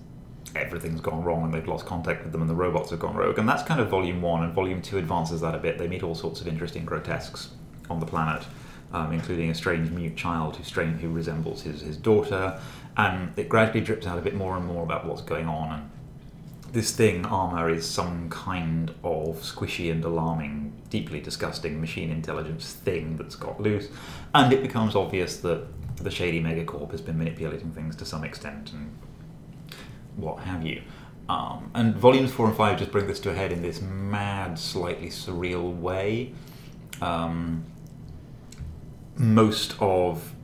Speaker 3: everything's gone wrong and they've lost contact with them and the robots have gone rogue. And that's kind of volume one, and volume two advances that a bit. They meet all sorts of interesting grotesques on the planet, um, including a strange mute child who, strange, who resembles his, his daughter. And it gradually drips out a bit more and more about what's going on. And this thing, armor, is some kind of squishy and alarming, deeply disgusting machine intelligence thing that's got loose, and it becomes obvious that the shady megacorp has been manipulating things to some extent and what have you. Um, and volumes four and five just bring this to a head in this mad, slightly surreal way. Um, most of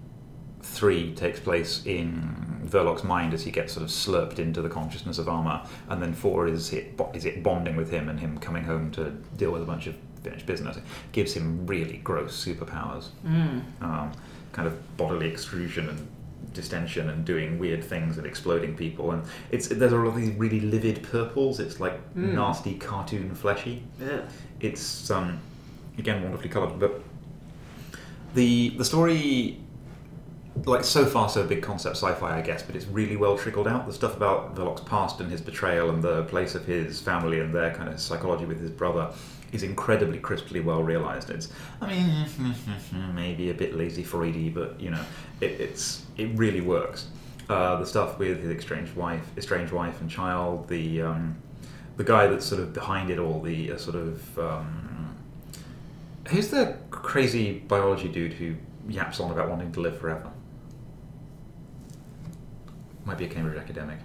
Speaker 3: three takes place in Verloc's mind as he gets sort of slurped into the consciousness of armor, and then four is it bo- is it bonding with him and him coming home to deal with a bunch of finished business. It gives him really gross superpowers,
Speaker 2: Mm.
Speaker 3: um, kind of bodily extrusion and distension and doing weird things and exploding people. And it's there's a lot of these really livid purples. It's like
Speaker 2: Mm.
Speaker 3: nasty cartoon fleshy
Speaker 2: Ugh.
Speaker 3: it's um, again wonderfully coloured, but the the story, like so far so big concept sci-fi, I guess, but it's really well trickled out. The stuff about Verloc's past and his betrayal and the place of his family and their kind of psychology with his brother is incredibly crisply well realised. It's, I mean, <laughs> maybe a bit lazy Freudy, but you know, it, it's it really works. Uh, the stuff with his estranged wife, estranged wife and child, the um, the guy that's sort of behind it all, the uh, sort of um, who's the crazy biology dude who yaps on about wanting to live forever? Might be a Cambridge academic.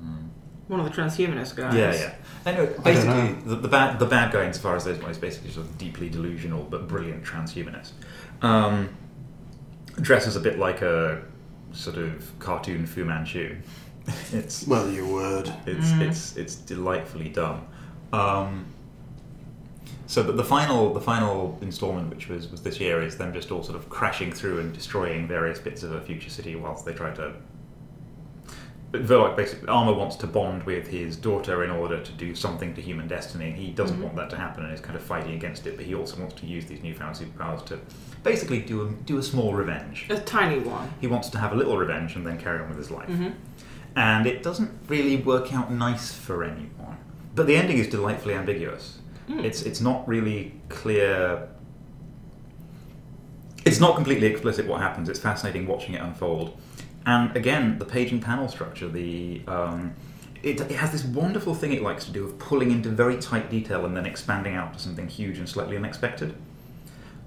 Speaker 3: Hmm.
Speaker 2: One of the transhumanist guys.
Speaker 3: Yeah, yeah. Anyway,
Speaker 1: Mm. I don't know.
Speaker 3: basically, the, the bad the bad guy, as far as those go, is basically sort of deeply delusional but brilliant transhumanist. Um, dresses a bit like a sort of cartoon Fu Manchu. <laughs> it's
Speaker 1: Well, you would.
Speaker 3: it's
Speaker 2: Mm.
Speaker 3: it's it's delightfully dumb. Um, so, but the final the final installment, which was was this year, is them just all sort of crashing through and destroying various bits of a future city whilst they try to. But Verloc basically Armor wants to bond with his daughter in order to do something to human destiny. He doesn't
Speaker 2: Mhm.
Speaker 3: want that to happen and is kind of fighting against it. But he also wants to use these newfound superpowers to basically do a, do a small revenge.
Speaker 2: A tiny one.
Speaker 3: He wants to have a little revenge and then carry on with his life
Speaker 2: hmm
Speaker 3: and it doesn't really work out nice for anyone. But the ending is delightfully ambiguous.
Speaker 2: Mm. Hmm.
Speaker 3: It's it's not really clear. It's not completely explicit what happens. It's fascinating watching it unfold, and again, the page and panel structure. The um, it, it has this wonderful thing it likes to do of pulling into very tight detail and then expanding out to something huge and slightly unexpected.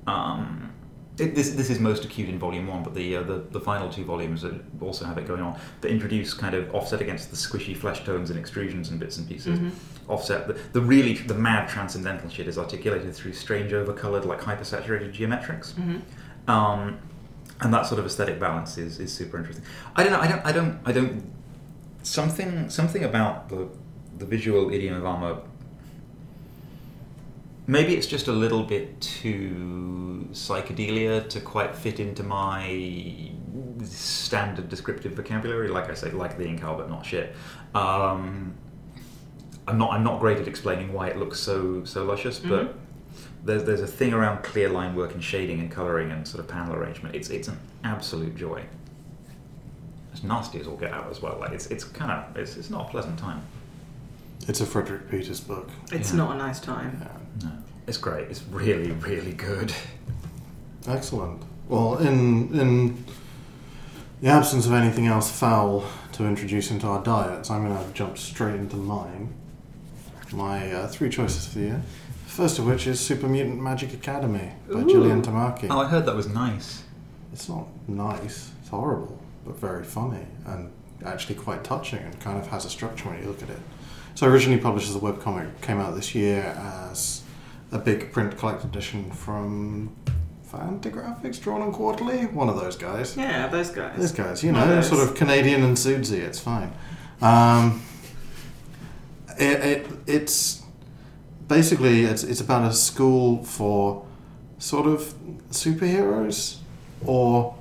Speaker 3: Um, it, this, this is most acute in volume one, but the, uh, the the final two volumes that also have it going on that introduce kind of offset against the squishy flesh tones and extrusions and bits and pieces.
Speaker 2: Mhm.
Speaker 3: Offset the, the really the mad transcendental shit is articulated through strange overcolored like hypersaturated geometrics,
Speaker 2: hmm
Speaker 3: um, and that sort of aesthetic balance is, is super interesting. I don't know. I don't. I don't. I don't. Something something about the the visual idiom of armor maybe it's just a little bit too psychedelia to quite fit into my standard descriptive vocabulary. Like I say, like the ink but not shit. Um, I'm not. I'm not great at explaining why it looks so so luscious,
Speaker 2: Mhm.
Speaker 3: but there's there's a thing around clear line work and shading and coloring and sort of panel arrangement. It's it's an absolute joy. It's nasty as all get out as well. Like it's it's kind of it's it's not a pleasant time.
Speaker 1: It's a Frederick Peters book.
Speaker 2: It's
Speaker 3: Yeah.
Speaker 2: not a nice time.
Speaker 1: Yeah.
Speaker 3: No, it's great. It's really really good.
Speaker 1: Excellent. Well, in in the absence of anything else foul to introduce into our diets, I'm going to jump straight into mine. My uh, three choices for the year. First of which is Super Mutant Magic Academy by
Speaker 2: Ooh.
Speaker 1: Gillian Tamaki.
Speaker 3: Oh, I heard that was nice.
Speaker 1: It's not nice. It's horrible, but very funny and actually quite touching and kind of has a structure when you look at it. So originally published as a webcomic, came out this year as a big print collected edition from Fantagraphics, Drawn and Quarterly, one of those guys.
Speaker 2: Yeah, those guys.
Speaker 1: Those guys, you
Speaker 2: One of
Speaker 1: know,
Speaker 2: those.
Speaker 1: sort of Canadian and Sudsy, it's fine. Um, it, it, it's basically it's, it's about a school for sort of superheroes or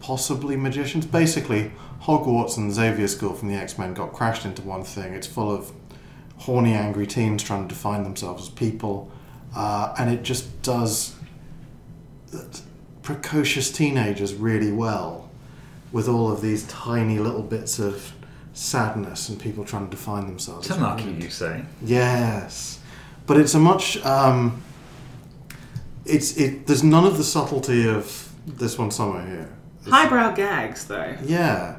Speaker 1: possibly magicians. Basically, Hogwarts and Xavier School from the X Men got crashed into one thing. It's full of horny, angry teens trying to define themselves as people, uh, and it just does precocious teenagers really well with all of these tiny little bits of sadness and people trying to define themselves. as women.
Speaker 3: Tanaki, you say?
Speaker 1: Yes, but it's a much. Um, it's it. There's none of the subtlety of this one somewhere here. It's-
Speaker 2: Highbrow gags, though.
Speaker 1: Yeah,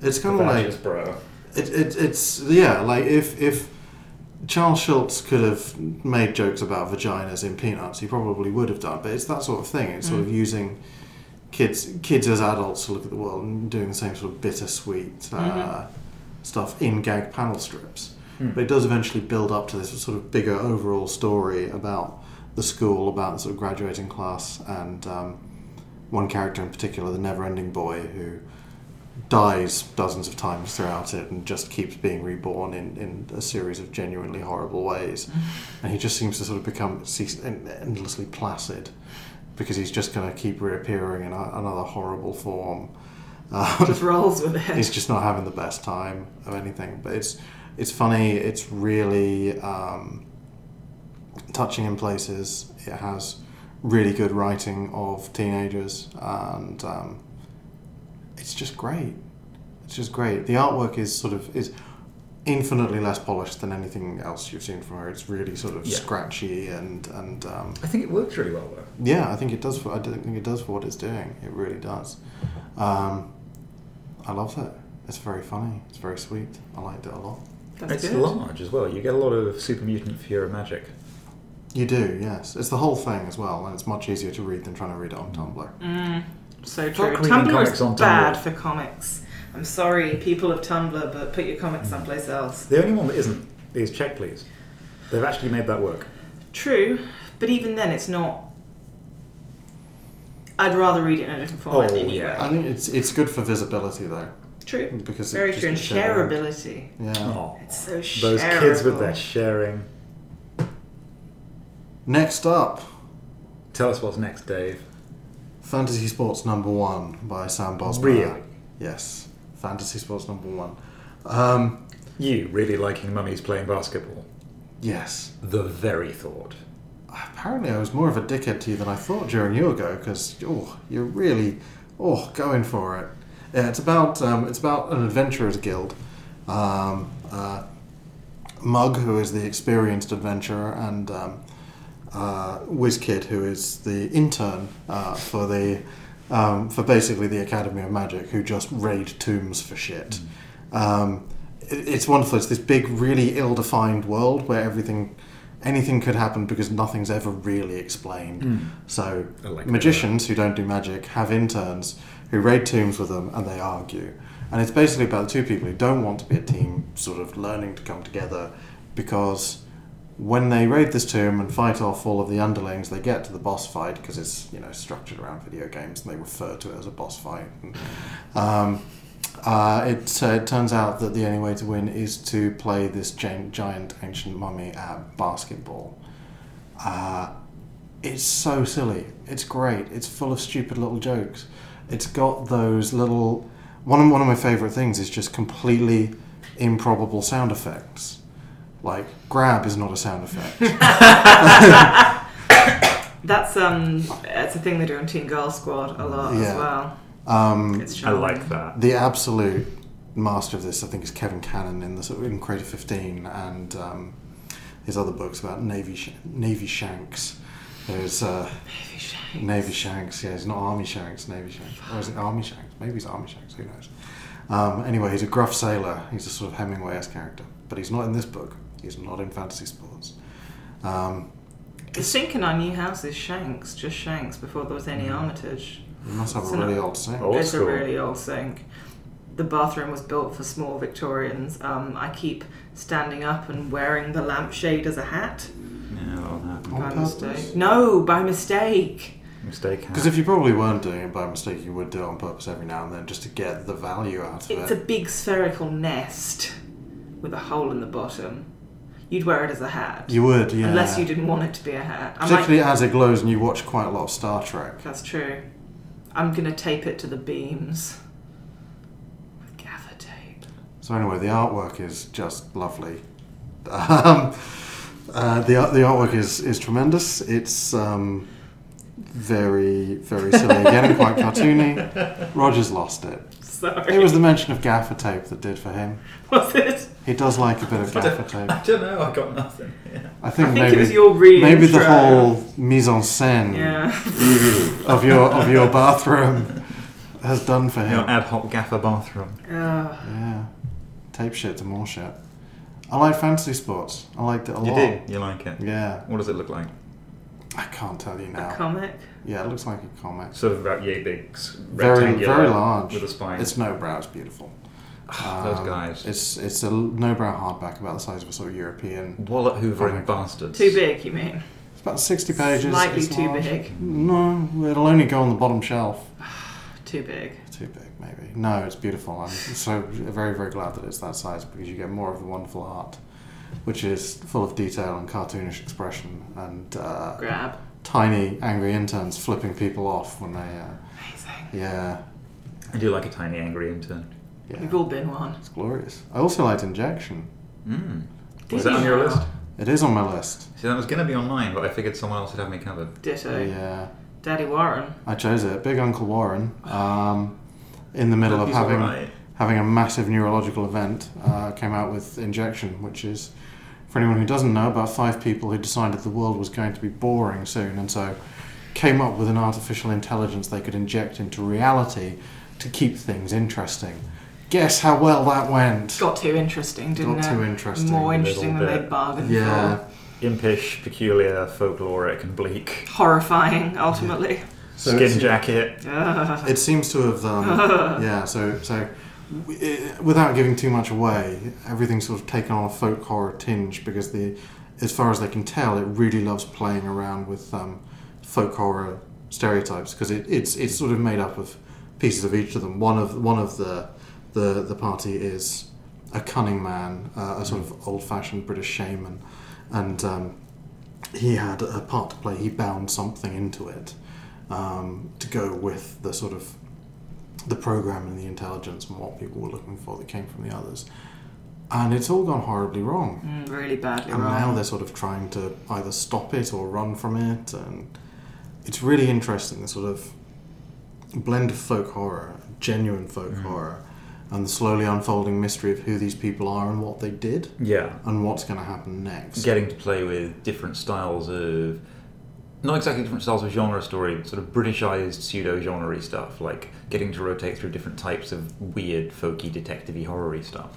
Speaker 1: it's kind of like
Speaker 3: Fascist bro.
Speaker 1: it, it, It's yeah, like if if Charles Schultz could have made jokes about vaginas in Peanuts, he probably would have done. But it's that sort of thing. It's sort of using kids kids as adults to look at the world and doing the same sort of bittersweet uh, stuff in gag panel strips.
Speaker 3: Hmm.
Speaker 1: But it does eventually build up to this sort of bigger overall story about the school, about the sort of graduating class, and um, one character in particular, the never-ending boy, who dies dozens of times throughout it and just keeps being reborn in, in a series of genuinely horrible ways. and he just seems to sort of become cease, en- endlessly placid because he's just going to keep reappearing in a, another horrible form. <laughs> Um,
Speaker 2: Just rolls
Speaker 1: <laughs>
Speaker 2: with it.
Speaker 1: he's just not having the best time of anything. But it's it's funny. It's really um, touching in places. It has really good writing of teenagers, and um, it's just great. It's just great. The artwork is sort of is infinitely less polished than anything else you've seen from her. It's really sort of
Speaker 3: Yeah.
Speaker 1: scratchy and and um,
Speaker 3: I think it works really well though.
Speaker 1: yeah, I think it does. For, I don't think it does for what it's doing. It really does. Um, I love it. It's very funny. It's very sweet. I liked it a lot.
Speaker 2: That's
Speaker 3: it's
Speaker 2: good.
Speaker 3: large as well. You get a lot of super mutant Fiora magic.
Speaker 1: You do, yes. It's the whole thing as well, and it's much easier to read than trying to read it on Tumblr.
Speaker 2: Mm, so true.
Speaker 3: Fuck reading
Speaker 2: Tumblr
Speaker 3: comics
Speaker 2: is
Speaker 3: on Tumblr.
Speaker 2: bad for comics. I'm sorry, people of Tumblr, but put your comics someplace else.
Speaker 3: The only one that isn't is Check Please. They've actually made that work.
Speaker 2: True, but even then, it's not. I'd rather read it in a different format.
Speaker 3: Oh,
Speaker 2: anyway.
Speaker 3: yeah.
Speaker 1: I think it's it's good for visibility though,
Speaker 2: True.
Speaker 1: because
Speaker 2: Very
Speaker 1: it
Speaker 2: true. And
Speaker 1: just can share around.
Speaker 2: shareability.
Speaker 1: Yeah.
Speaker 3: Oh,
Speaker 2: It's so shareable.
Speaker 3: those kids with their sharing.
Speaker 1: Next up,
Speaker 3: Tell us what's next, Dave.
Speaker 1: Fantasy Sports Number One by Sam Boswell.
Speaker 3: Really?
Speaker 1: Yes. Fantasy Sports Number One. Um,
Speaker 3: You really liking mummies playing basketball.
Speaker 1: yes.
Speaker 3: The very thought.
Speaker 1: Apparently, I was more of a dickhead to you than I thought during your go because oh, you're really oh going for it. Yeah, it's about um, it's about an adventurers guild. Um, uh, Mug, who is the experienced adventurer, and um, uh, Wizkid, who is the intern uh, for the um, for basically the Academy of Magic, who just raid tombs for shit.
Speaker 3: Mm.
Speaker 1: Um, it, it's wonderful. It's this big, really ill-defined world where everything, anything could happen because nothing's ever really explained. So
Speaker 3: Mm. I like that.
Speaker 1: magicians who don't do magic have interns who raid tombs with them and they argue. And it's basically about two people who don't want to be a team, sort of learning to come together because when they raid this tomb and fight off all of the underlings, they get to the boss fight because it's you know structured around video games and they refer to it as a boss fight. And, um, uh, it, uh, it turns out that the only way to win is to play this giant, giant ancient mummy at basketball. Uh, it's so silly. It's great. It's full of stupid little jokes. It's got those little. One of, one of my favourite things is just completely improbable sound effects. Like, grab is not a sound
Speaker 2: <laughs>
Speaker 1: effect.
Speaker 2: That's um, it's a thing they do on Teen Girl Squad a lot as
Speaker 1: Yeah.
Speaker 2: well.
Speaker 1: um,
Speaker 2: It's
Speaker 3: I
Speaker 2: charming.
Speaker 3: like that.
Speaker 1: the absolute master of this, I think, is Kevin Cannon in the sort of- in Creative 15 and um, his other books about Navy sh- Navy Shanks. There's uh,
Speaker 2: Navy Shade.
Speaker 1: Navy Shanks, yeah, he's not Army Shanks, Navy Shanks. Or is it Army Shanks? Maybe he's Army Shanks, who knows? Um, anyway, he's a gruff sailor. He's a sort of Hemingway esque character. But he's not in this book, he's not in fantasy sports. Um,
Speaker 2: The sink in our new house is Shanks, just Shanks, before there was
Speaker 1: Mm-hmm.
Speaker 2: any Armitage.
Speaker 1: we must have
Speaker 2: It's
Speaker 1: a really
Speaker 2: not-
Speaker 1: old saying.
Speaker 3: Old
Speaker 2: it's
Speaker 3: school.
Speaker 2: a really old sink. The bathroom was built for small Victorians. Um, I keep standing up and wearing the lampshade as a hat
Speaker 3: No,
Speaker 1: On
Speaker 2: by
Speaker 1: purpose?
Speaker 2: mistake. No, by mistake.
Speaker 3: mistake.
Speaker 1: Because if you probably weren't doing it by mistake, you would do it on purpose every now and then just to get the value out of
Speaker 2: It's a
Speaker 1: it.
Speaker 2: big spherical nest with a hole in the bottom. You'd wear it as a hat,
Speaker 1: you would, yeah.
Speaker 2: unless you didn't want it to be a hat. I might-
Speaker 1: Particularly as it glows and you watch quite a lot of Star Trek.
Speaker 2: That's true. I'm gonna tape it to the beams with gaffer tape.
Speaker 1: So anyway, the artwork is just lovely. Um, uh, the art- the artwork is is tremendous. It's um,
Speaker 3: <laughs>
Speaker 1: very very silly again and quite cartoony. Roger's lost it.
Speaker 2: Sorry.
Speaker 1: It was
Speaker 2: <laughs>
Speaker 1: the mention of gaffer tape that did for him.
Speaker 2: Was it?
Speaker 1: He does like a bit of
Speaker 3: I
Speaker 1: gaffer
Speaker 3: don't,
Speaker 1: tape.
Speaker 3: I don't know. I got nothing. Yeah.
Speaker 1: I
Speaker 2: I
Speaker 1: think
Speaker 2: think it was
Speaker 1: maybe
Speaker 2: your real
Speaker 1: maybe the
Speaker 2: intro.
Speaker 1: whole mise en scène
Speaker 2: Yeah.
Speaker 1: <laughs> of your of your bathroom has done for him.
Speaker 3: Your ad hoc gaffer bathroom.
Speaker 2: Ugh.
Speaker 1: Yeah, tape shit to more shit. I like fantasy sports. I liked it a
Speaker 3: You
Speaker 1: lot.
Speaker 3: do. You like it.
Speaker 1: Yeah,
Speaker 3: What does it look like?
Speaker 1: I can't tell you
Speaker 2: a
Speaker 1: now.
Speaker 2: comic.
Speaker 1: Yeah, it looks like a comic.
Speaker 3: Sort of about yay big, s-
Speaker 1: Very
Speaker 3: rectangular,
Speaker 1: very large.
Speaker 3: with a spine.
Speaker 1: It's no brow. It's beautiful.
Speaker 3: <sighs> Those
Speaker 1: Um,
Speaker 3: guys.
Speaker 1: It's it's a no brow hardback about the size of a sort of European.
Speaker 3: Wallet hoovering
Speaker 1: Comic.
Speaker 3: bastards.
Speaker 2: Too big, you mean?
Speaker 1: It's about sixty pages.
Speaker 2: Slightly
Speaker 1: It's
Speaker 2: too
Speaker 1: large.
Speaker 2: big.
Speaker 1: No, it'll only go on the bottom shelf.
Speaker 2: Too big.
Speaker 1: Too big, maybe. No, it's beautiful. I'm so very very glad that it's that size because you get more of the wonderful art, which is full of detail and cartoonish expression and uh,
Speaker 2: Grab.
Speaker 1: tiny angry interns flipping people off when they. Uh,
Speaker 2: Amazing.
Speaker 1: yeah,
Speaker 3: I do like a tiny angry intern.
Speaker 1: yeah.
Speaker 2: We've all been one.
Speaker 1: It's glorious. I also liked Injection.
Speaker 3: Mm.
Speaker 2: Did
Speaker 3: Was that on
Speaker 2: you
Speaker 3: your
Speaker 2: now?
Speaker 3: list?
Speaker 1: It is on my list.
Speaker 3: See, that was going to be online, but I figured someone else would have me covered.
Speaker 2: Ditto.
Speaker 1: Oh, Yeah,
Speaker 2: Daddy Warren.
Speaker 1: I chose it. Big Uncle
Speaker 3: <sighs>
Speaker 1: Warren. Um, in the middle of
Speaker 3: He's
Speaker 1: having
Speaker 3: alright.
Speaker 1: having a massive neurological event, uh, came out with Injection, which is, for anyone who doesn't know, about five people who decided the world was going to be boring soon, and so came up with an artificial intelligence they could inject into reality to keep things interesting. Guess how well that went?
Speaker 2: Got too interesting, didn't
Speaker 1: Got
Speaker 2: it?
Speaker 1: too interesting.
Speaker 2: More
Speaker 3: little
Speaker 2: interesting than
Speaker 3: bit.
Speaker 2: they bargained
Speaker 1: Yeah.
Speaker 3: Impish, peculiar, folkloric, and bleak.
Speaker 2: for. Horrifying, ultimately.
Speaker 1: So
Speaker 3: Skin
Speaker 1: it's-
Speaker 3: jacket.
Speaker 2: Ugh.
Speaker 1: It seems to have um, yeah. So so, w- i without giving too much away, everything's sort of taken on a folk horror tinge because the, as far as they can tell, it really loves playing around with um, folk horror stereotypes because it, it's it's sort of made up of pieces of each of them. One of one of the the the party is a cunning man, uh, a sort of old-fashioned British shaman, and um, he had a part to play. He bound something into it um, to go with the sort of the program and the intelligence and what people were looking for that came from the others. And it's all gone horribly wrong.
Speaker 2: Mm, really badly
Speaker 1: And now
Speaker 2: wrong.
Speaker 1: they're sort of trying to either stop it or run from it, and it's really interesting. The sort of blend of folk horror, genuine folk
Speaker 2: Mm.
Speaker 1: horror, and the slowly unfolding mystery of who these people are and what they did
Speaker 3: Yeah.
Speaker 1: and what's going to happen next.
Speaker 3: Getting to play with different styles of. Not exactly different styles of genre story, sort of Britishized pseudo genre y stuff, like getting to rotate through different types of weird, folky, detective y, horror y stuff.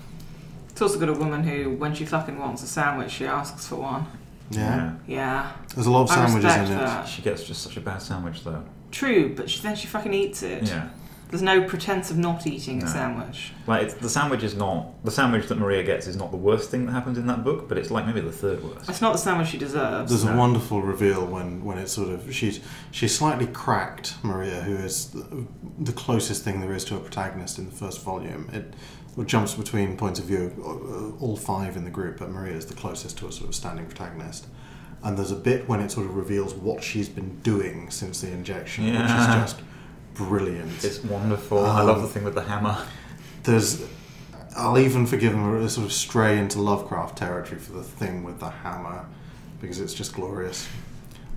Speaker 2: It's also got a woman who, when she fucking wants a sandwich, she asks for one.
Speaker 1: Yeah,
Speaker 2: Yeah.
Speaker 1: there's a lot of
Speaker 2: I
Speaker 1: sandwiches
Speaker 2: respect
Speaker 1: in it.
Speaker 2: that.
Speaker 3: She gets just such a bad sandwich, though.
Speaker 2: True, but she, then she fucking eats it.
Speaker 3: Yeah.
Speaker 2: There's no pretense of not eating a
Speaker 3: No.
Speaker 2: sandwich.
Speaker 3: Like it's, the sandwich is not the sandwich that Maria gets is not the worst thing that happens in that book, but it's like maybe the third worst.
Speaker 2: It's not the sandwich she deserves.
Speaker 1: There's a
Speaker 3: No.
Speaker 1: wonderful reveal when, when it's sort of she's she's slightly cracked Maria, who is the, the closest thing there is to a protagonist in the first volume. It jumps between points of view, uh, all five in the group, but Maria is the closest to a sort of standing protagonist. And there's a bit when it sort of reveals what she's been doing since the injection, which is
Speaker 3: Yeah.
Speaker 1: just brilliant.
Speaker 3: It's wonderful. I love
Speaker 1: Um,
Speaker 3: the thing with the hammer.
Speaker 1: there's I'll even forgive him a sort of stray into Lovecraft territory for the thing with the hammer because it's just glorious.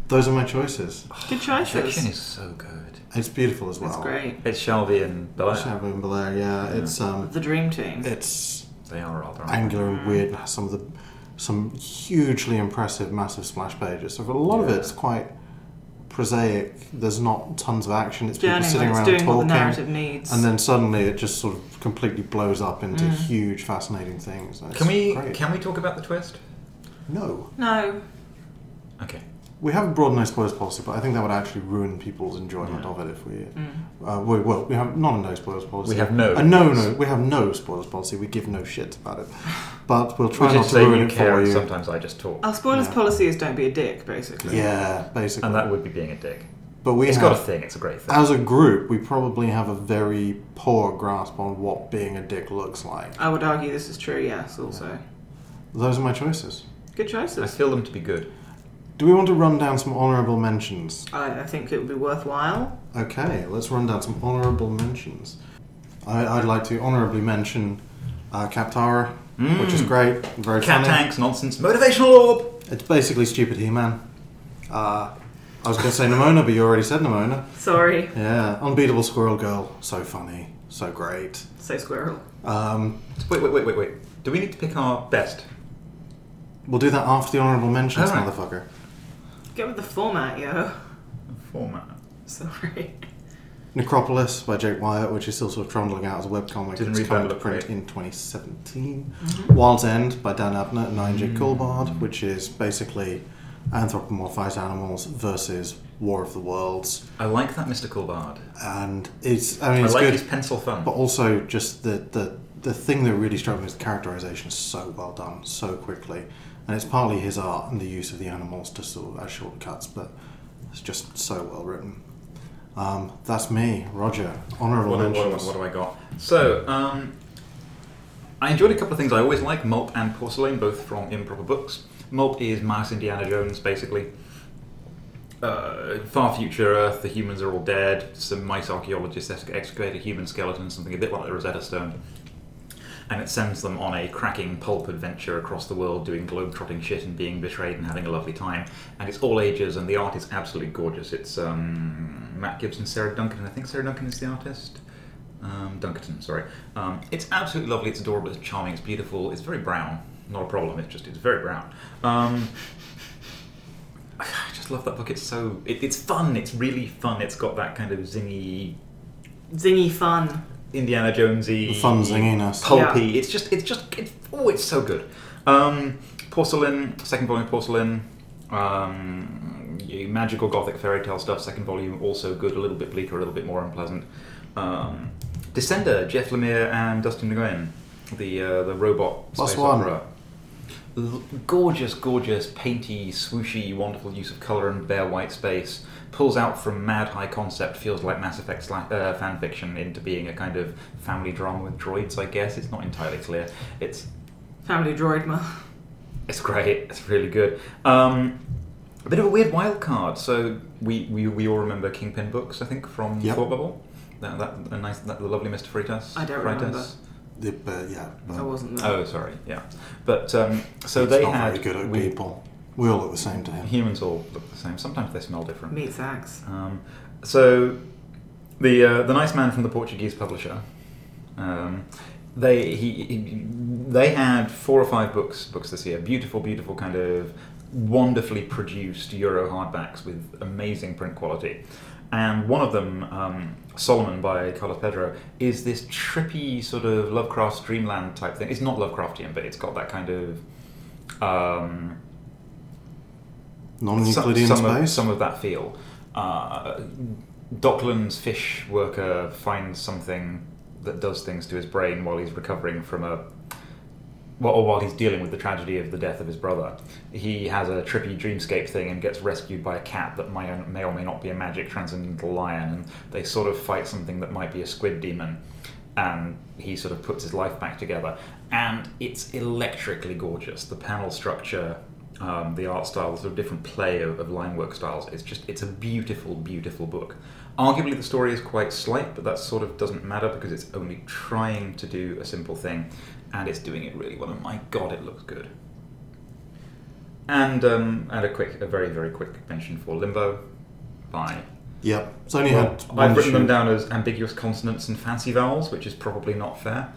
Speaker 1: Those are my choices.
Speaker 2: Good
Speaker 3: Fiction
Speaker 2: choices.
Speaker 3: is so good.
Speaker 1: It's beautiful as well.
Speaker 2: That's great.
Speaker 3: It's Shelby and Bella.
Speaker 1: Shabu and Belair, yeah,
Speaker 3: Yeah.
Speaker 1: it's um,
Speaker 2: The dream team.
Speaker 1: it's
Speaker 3: They are rather. aren't
Speaker 1: angular and weird and has some of the some hugely impressive, massive splash pages. So for a lot of
Speaker 3: Yeah.
Speaker 1: it's quite prosaic. There's not tons of action. It's people
Speaker 2: Journeyman,
Speaker 1: sitting
Speaker 2: it's
Speaker 1: around
Speaker 2: doing what the
Speaker 1: talking.
Speaker 2: narrative needs.
Speaker 1: and then suddenly it just sort of completely blows up into
Speaker 2: Mm.
Speaker 1: huge, fascinating things.
Speaker 3: they?
Speaker 1: It's
Speaker 3: Can we
Speaker 1: great.
Speaker 3: can we talk about the twist?
Speaker 1: No.
Speaker 2: no.
Speaker 3: Okay.
Speaker 1: We have a broad no spoilers policy, but I think that would actually ruin people's enjoyment
Speaker 3: Yeah.
Speaker 1: of it if we.
Speaker 2: Mm.
Speaker 1: Uh, we well, we have not a no spoilers policy.
Speaker 3: We have no.
Speaker 1: a no no. We have no spoilers policy. We give no shit about
Speaker 3: <sighs>
Speaker 1: it, but we'll try
Speaker 3: Which
Speaker 1: not
Speaker 3: is
Speaker 1: to
Speaker 3: say
Speaker 1: ruin
Speaker 3: you
Speaker 1: it
Speaker 3: care.
Speaker 1: for
Speaker 3: and
Speaker 1: you.
Speaker 3: Sometimes I just talk,
Speaker 2: Our spoilers
Speaker 1: Yeah.
Speaker 2: policy is don't be a dick, basically.
Speaker 1: Yeah, basically.
Speaker 3: and that would be being a dick.
Speaker 1: but we
Speaker 3: It's
Speaker 1: have,
Speaker 3: got a thing. It's a great thing.
Speaker 1: as a group, we probably have a very poor grasp on what being a dick looks like.
Speaker 2: I would argue this is true, yes, also.
Speaker 1: Those are my choices.
Speaker 2: Good
Speaker 3: I
Speaker 2: choices.
Speaker 3: feel them to be good.
Speaker 1: Do we want to run down some honourable mentions?
Speaker 2: I, I think it would be worthwhile.
Speaker 1: Okay, let's run down some honourable mentions. I, I'd like to honourably mention uh, Captara, which is
Speaker 3: Mm.
Speaker 1: great, very
Speaker 3: Cat
Speaker 1: funny.
Speaker 3: tanks, nonsense, motivational orb.
Speaker 1: It's basically stupid He-Man. Uh, I was going to say Nimona, but you already said Nimona.
Speaker 2: Sorry.
Speaker 1: Yeah, Unbeatable Squirrel Girl. So funny. So great.
Speaker 2: So squirrel.
Speaker 1: Um,
Speaker 3: Wait, wait, wait, wait, wait. Do we need to pick our best?
Speaker 1: we'll do that after the honourable mentions,
Speaker 3: Alright.
Speaker 1: motherfucker.
Speaker 2: Get with the format, yo.
Speaker 3: Format.
Speaker 2: <laughs> Sorry.
Speaker 1: Necropolis by Jake Wyatt, which is still sort of trundling out as a webcomic.
Speaker 3: Didn't
Speaker 1: it's
Speaker 3: read that,
Speaker 1: coming to
Speaker 3: looked
Speaker 1: print
Speaker 3: great.
Speaker 1: in 2017. Wild's End by Dan Abner and Nine J.
Speaker 3: Mm.
Speaker 1: Coulbard, which is basically anthropomorphized animals versus War of the Worlds.
Speaker 3: I like that mystical bard.
Speaker 1: And it's, I mean,
Speaker 3: I
Speaker 1: it's
Speaker 3: like
Speaker 1: good.
Speaker 3: his pencil thumb.
Speaker 1: but also just the the, the thing that really struck me is the characterization is so well done so quickly and it's partly his art and the use of the animals to sort of as shortcuts but it's just so well written um, that's me Roger honorable
Speaker 3: What, do- what, do-
Speaker 1: mentions
Speaker 3: what do I got? So, um, I enjoyed a couple of things. I always like Mulp and Porcelain, both from improper books. Mulp is Mouse Indiana Jones, basically. Uh, far future Earth, the humans are all dead. Some mice archaeologists ex- excavate a human skeleton, something a bit like the Rosetta Stone. And it sends them on a cracking pulp adventure across the world, doing globe-trotting shit and being betrayed and having a lovely time. And it's all ages, and the art is absolutely gorgeous. It's um, Matt Gibson, Sarah Duncan, and I think Sarah Duncan is the artist. Um, Dunkerton, sorry. Um, it's absolutely lovely. It's adorable. It's charming. It's beautiful. It's very brown. Not a problem. It's just it's very brown. Um, <sighs> I just love that book. It's so it, it's fun. It's really fun. It's got that kind of zingy
Speaker 2: Zingy fun.
Speaker 3: Indiana Jonesy
Speaker 1: Fun zinginess.
Speaker 3: pulpy. It's just it's just it's, oh, it's so good. Um, porcelain, second volume, of porcelain. Um, yeah, magical gothic fairy tale stuff. Second volume, also good. A little bit bleaker, a little bit more unpleasant. Um, Descender, Jeff Lemire and Dustin NnguYen, the uh, the robot
Speaker 1: Plus
Speaker 3: space
Speaker 1: one.
Speaker 3: opera. L- gorgeous, gorgeous, painty, swooshy, wonderful use of color and bare white space. Pulls out from mad high concept, feels like Mass Effect sla- uh, fan fiction into being a kind of family drama with droids. I guess it's not entirely clear. It's
Speaker 2: Family droidma.
Speaker 3: it's great. It's really good. Um, a bit of a weird wild card. So we, we, we all remember Kingpin books, I think, from
Speaker 1: Yep.
Speaker 3: Thought Bubble. That, that a nice, that, the lovely Mr. Freitas.
Speaker 2: I don't
Speaker 3: Freitas.
Speaker 2: remember.
Speaker 1: The- but yeah
Speaker 2: I wasn't there.
Speaker 3: Oh, sorry. Yeah, but um, so
Speaker 1: it's
Speaker 3: they
Speaker 1: not
Speaker 3: had
Speaker 1: very good at
Speaker 3: we-
Speaker 1: people we all look the same to him
Speaker 3: Humans all look the same. Sometimes they smell different.
Speaker 2: Meat sacks.
Speaker 3: Um, so, the uh, the nice man from the Portuguese publisher, um, they he, he they had four or five books books this year. Beautiful, beautiful kind of wonderfully produced Euro hardbacks with amazing print quality. And one of them, um, Solomon by Carlos Pedro, is this trippy sort of Lovecraft's Dreamland type thing. It's not Lovecraftian, but it's got that kind of um,
Speaker 1: non-Euclidean
Speaker 3: some, some Of,
Speaker 1: space
Speaker 3: some of that feel. Uh, Dockland's fish worker finds something that does things to his brain while he's recovering from a. Well, or while he's dealing with the tragedy of the death of his brother, he has a trippy dreamscape thing and gets rescued by a cat that may, may or may not be a magic transcendental lion, and they sort of fight something that might be a squid demon, and he sort of puts his life back together. And it's electrically gorgeous. The panel structure, um, the art style, the sort of different play of, of line work styles. It's just it's a beautiful, beautiful book. Arguably, the story is quite slight, but that sort of doesn't matter because it's only trying to do a simple thing, and it's doing it really well. And my God, it looks good. And um, and a quick, a very very quick mention for Limbo by
Speaker 1: yep it's only
Speaker 3: well,
Speaker 1: had one
Speaker 3: I've written them
Speaker 1: issue.
Speaker 3: down as ambiguous consonants and fancy vowels, which is probably not fair.